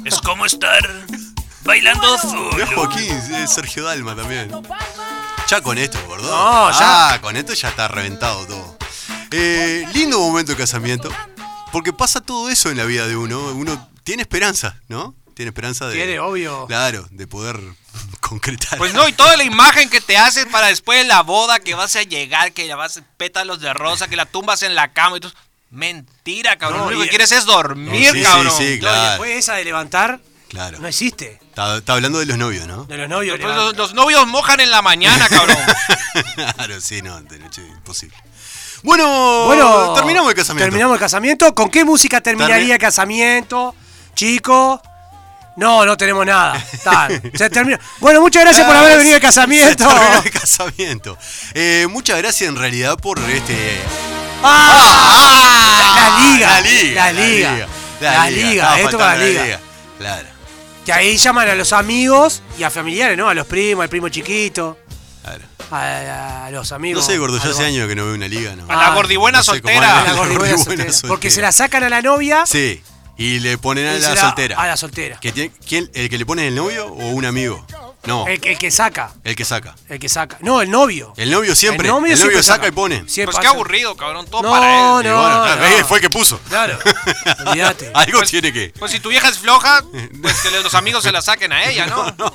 S11: Es como estar bailando
S5: No es
S11: solo.
S5: Joaquín, es Sergio Dalma también. Ya con esto, gordo.
S4: No, ya.
S5: Ah, con esto ya está reventado todo. Eh, lindo momento de casamiento. Porque pasa todo eso en la vida de uno. Uno tiene esperanza, ¿no? Tiene esperanza de.
S4: Tiene, obvio.
S5: Claro, de poder concretar.
S6: Pues no, y toda la imagen que te haces para después de la boda, que vas a llegar, que ya vas pétalos de rosa, que la tumbas en la cama y tú... Mentira, cabrón.
S5: No,
S6: Lo único
S5: y-
S6: que quieres es dormir,
S5: Sí, sí,
S6: cabrón.
S5: sí,
S4: No, y
S5: claro.
S4: después esa de levantar,
S5: Claro.
S4: no existe.
S5: Está, está hablando de los novios, ¿no?
S4: De los novios.
S6: Pues
S4: levanta.
S6: los, los novios mojan en la mañana, cabrón.
S5: claro, sí, no, de noche imposible. Bueno,
S4: Bueno,
S5: terminamos el casamiento.
S4: Terminamos el casamiento. ¿Con qué música terminaría
S5: Termi-
S4: el casamiento, chicos? No, no tenemos nada. Está, se terminó. Bueno, muchas gracias por haber venido al casamiento.
S5: Se terminó el casamiento. Eh, muchas gracias en realidad por este.
S4: Ah, la liga,
S5: La liga.
S4: la liga,
S5: La
S4: la
S5: liga.
S4: liga,
S5: Estaba
S4: esto para la
S5: faltando
S4: liga.
S5: Claro.
S4: Que ahí llaman a los amigos y a familiares, ¿no? A los primos, al primo chiquito,
S5: claro.
S4: a, a los
S5: No
S4: amigos.
S5: sé, gordo,
S4: a
S5: yo
S4: los-
S5: hace años que no veo una liga. No.
S6: A la
S4: Ah,
S6: gordibuena
S5: no sé cómo
S6: soltera.
S4: a la gordibuena
S5: Gordibuena
S4: soltera. Porque se
S5: soltera.
S4: la sacan a la novia
S5: Sí. Y le ponen a
S4: y
S5: la
S4: se la-
S5: soltera.
S4: a la soltera.
S5: Que tiene- ¿quién- ¿El que le pone el novio o un amigo? No,
S4: El, que- el que saca,
S5: el que saca.
S4: el que saca. No, el novio.
S5: El novio siempre. El novio, saca, y pone.
S4: Siempre
S6: pues qué
S4: hace-
S6: aburrido, cabrón. Todo
S4: No,
S6: para él.
S5: Y
S4: no,
S5: claro,
S4: no.
S5: eh, Fue el que puso.
S4: Claro, olvídate.
S5: Algo
S6: Pues-
S5: tiene que.
S6: Pues si tu vieja es floja, pues que los amigos se la saquen a ella, ¿no?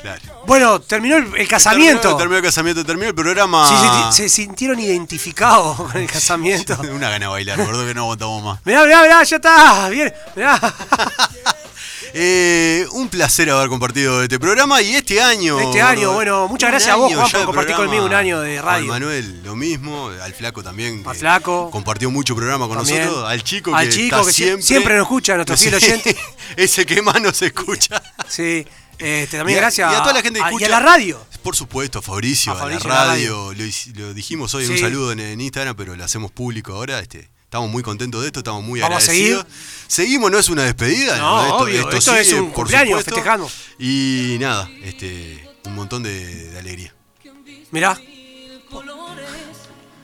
S5: Claro.
S4: Bueno, terminó el, el casamiento.
S5: Terminó, Ah. terminó el casamiento, terminó el programa.
S4: Sí, sí, sí, se sintieron identificados con el casamiento.
S5: Una gana de bailar, gordo, que no aguantamos más.
S4: Mirá, mirá, mirá, ya está. Bien, mirá.
S5: Eh, un placer haber compartido este programa y este año.
S4: Este año,
S5: gordo.
S4: bueno, muchas
S5: Un
S4: gracias a vos,
S5: año
S4: Juan,
S5: ya
S4: por
S5: de
S4: compartir
S5: programa.
S4: conmigo un año de radio.
S5: Al Manuel, lo mismo. Al Flaco también.
S4: Al
S5: que
S4: Flaco.
S5: Compartió mucho programa con
S4: También.
S5: nosotros. Al chico
S4: Al
S5: que,
S4: chico
S5: está
S4: que sie-
S5: siempre...
S4: siempre nos escucha, nuestro fiel oyente.
S5: Ese que más nos escucha.
S4: Sí, este, también
S5: Y a-
S4: gracias.
S5: Y a toda la gente que
S4: a-
S5: escucha.
S4: Y a la radio.
S5: Por supuesto, a Fabricio,
S4: A
S5: a,
S4: Fabricio, a
S5: la
S4: la
S5: radio. Lo, hic- lo dijimos hoy, en un
S4: Sí.
S5: saludo en, en Instagram, pero lo hacemos público ahora. Este, estamos muy contentos de esto, estamos muy
S4: Vamos a seguir.
S5: agradecidos. Seguimos, no es una despedida.
S4: No, obvio, esto es un
S5: por
S4: cumpleaños,
S5: supuesto.
S4: festejamos.
S5: Y nada, este, un montón de, de alegría.
S4: Mirá.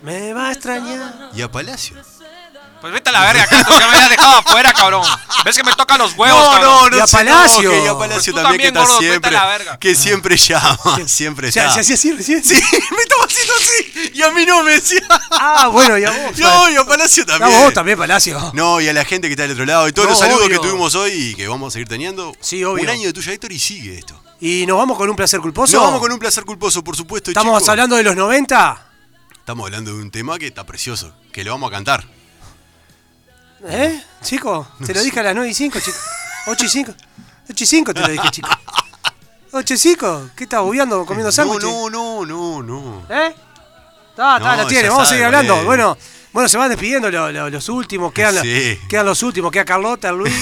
S4: Me va a extrañar.
S5: Y a Palacio.
S6: Pues vete a la verga, acá, tú ya me has dejado afuera, cabrón. ¿Ves que me tocan los huevos, cabrón?
S4: no. Y a
S5: se
S4: Palacio.
S5: enoje, Y a
S6: Pues
S5: Palacio
S6: tú
S5: también, que
S6: también,
S5: está
S6: gordo, vete a
S5: siempre.
S6: la verga.
S5: Que siempre llama, siempre
S4: O sea,
S5: está.
S4: se hacía así recién.
S5: Ah. Sí, me estaba haciendo así. Y a mí no me decía.
S4: Ah, bueno, y a vos.
S5: No, y a Palacio
S4: A vos también, Palacio.
S5: No, y a la gente que está del otro lado y todos
S4: No,
S5: los saludos
S4: obvio.
S5: que tuvimos hoy y que vamos a seguir teniendo.
S4: Sí, obvio.
S5: Un año de tuya, Héctor, y sigue esto.
S4: Y nos vamos con un placer culposo.
S5: Nos vamos con un placer culposo, por supuesto.
S4: Estamos
S5: chicos.
S4: hablando de los 90.
S5: Estamos hablando de un tema que está precioso, que lo vamos a cantar.
S4: ¿Eh? Chico, te lo dije a las 9 y 5, chico. 8 y 5. 8 y 5 te lo dije, chico. 8 y 5. ¿Qué estás bobeando comiendo
S5: No,
S4: sándwich?
S5: no, no, no, no.
S4: ¿Eh? Está, está,
S5: No,
S4: la tiene.
S5: ya
S4: Vamos a
S5: sabe
S4: seguir
S5: cuál
S4: hablando.
S5: es.
S4: Bueno, bueno, se van despidiendo lo- lo- los últimos. Quedan,
S5: Sí.
S4: quedan los últimos. Queda Carlota, Luis.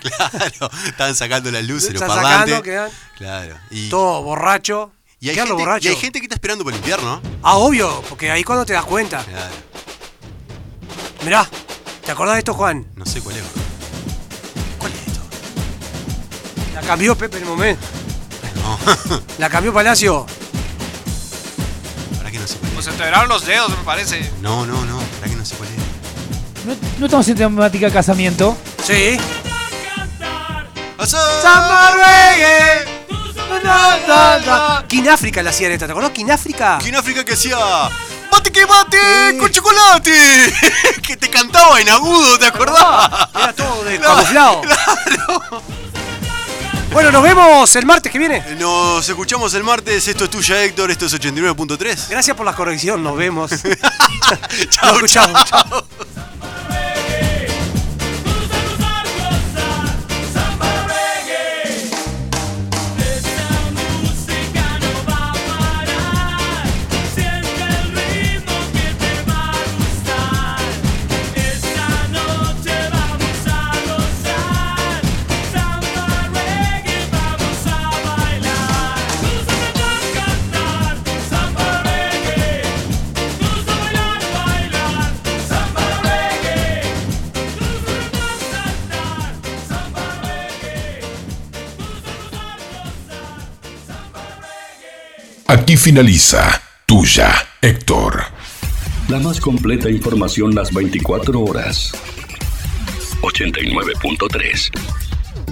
S5: claro, están sacando las luces, los
S4: Están
S5: parlantes.
S4: sacando, quedan-
S5: Claro. Y,
S4: todo borracho.
S5: y hay
S4: Quedan
S5: gente,
S4: los borrachos.
S5: y hay gente que está esperando por el invierno.
S4: Ah, obvio, porque ahí cuando te das cuenta.
S5: Claro,
S4: Mirá, ¿te acordás de esto, Juan?
S5: no sé cuál es. ¿Cuál es esto?
S4: La cambió Pepe en el momento.
S5: No,
S4: La cambió Palacio.
S5: para que no sé cuál
S6: Pues
S5: es.
S6: se te verán los dedos, me parece.
S5: No, no, no, para que no sé cuál es.
S9: No, no estamos en temática de casamiento.
S4: Sí.
S5: ¡Pasó!
S4: King África la hacían esta, ¿te acordás? King África.
S5: Aquí en Ah. África que hacía ¡Mate que mate! ¡Con chocolate! que te cantaba en agudo, ¿te acordás?
S4: Ah, Era todo de camuflado. Bueno, nos vemos el martes que viene.
S5: Nos escuchamos el martes. Esto es tuya, Héctor. Esto es 89.3.
S4: Gracias por la corrección, nos vemos.
S5: Chau,
S4: Nos escuchamos, chau.
S8: Siente el ritmo
S2: Aquí finaliza Tuya, Héctor.
S1: La más completa información las 24 horas. 89.3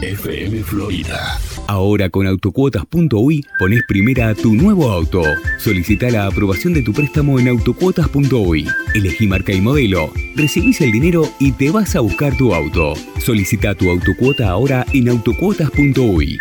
S1: FM Florida.
S12: Ahora con autocuotas.uy pones primera a tu nuevo auto. Solicita la aprobación de tu préstamo en autocuotas.uy. Elegí marca y modelo. Recibís el dinero y te vas a buscar tu auto. Solicita tu autocuota ahora en autocuotas.uy.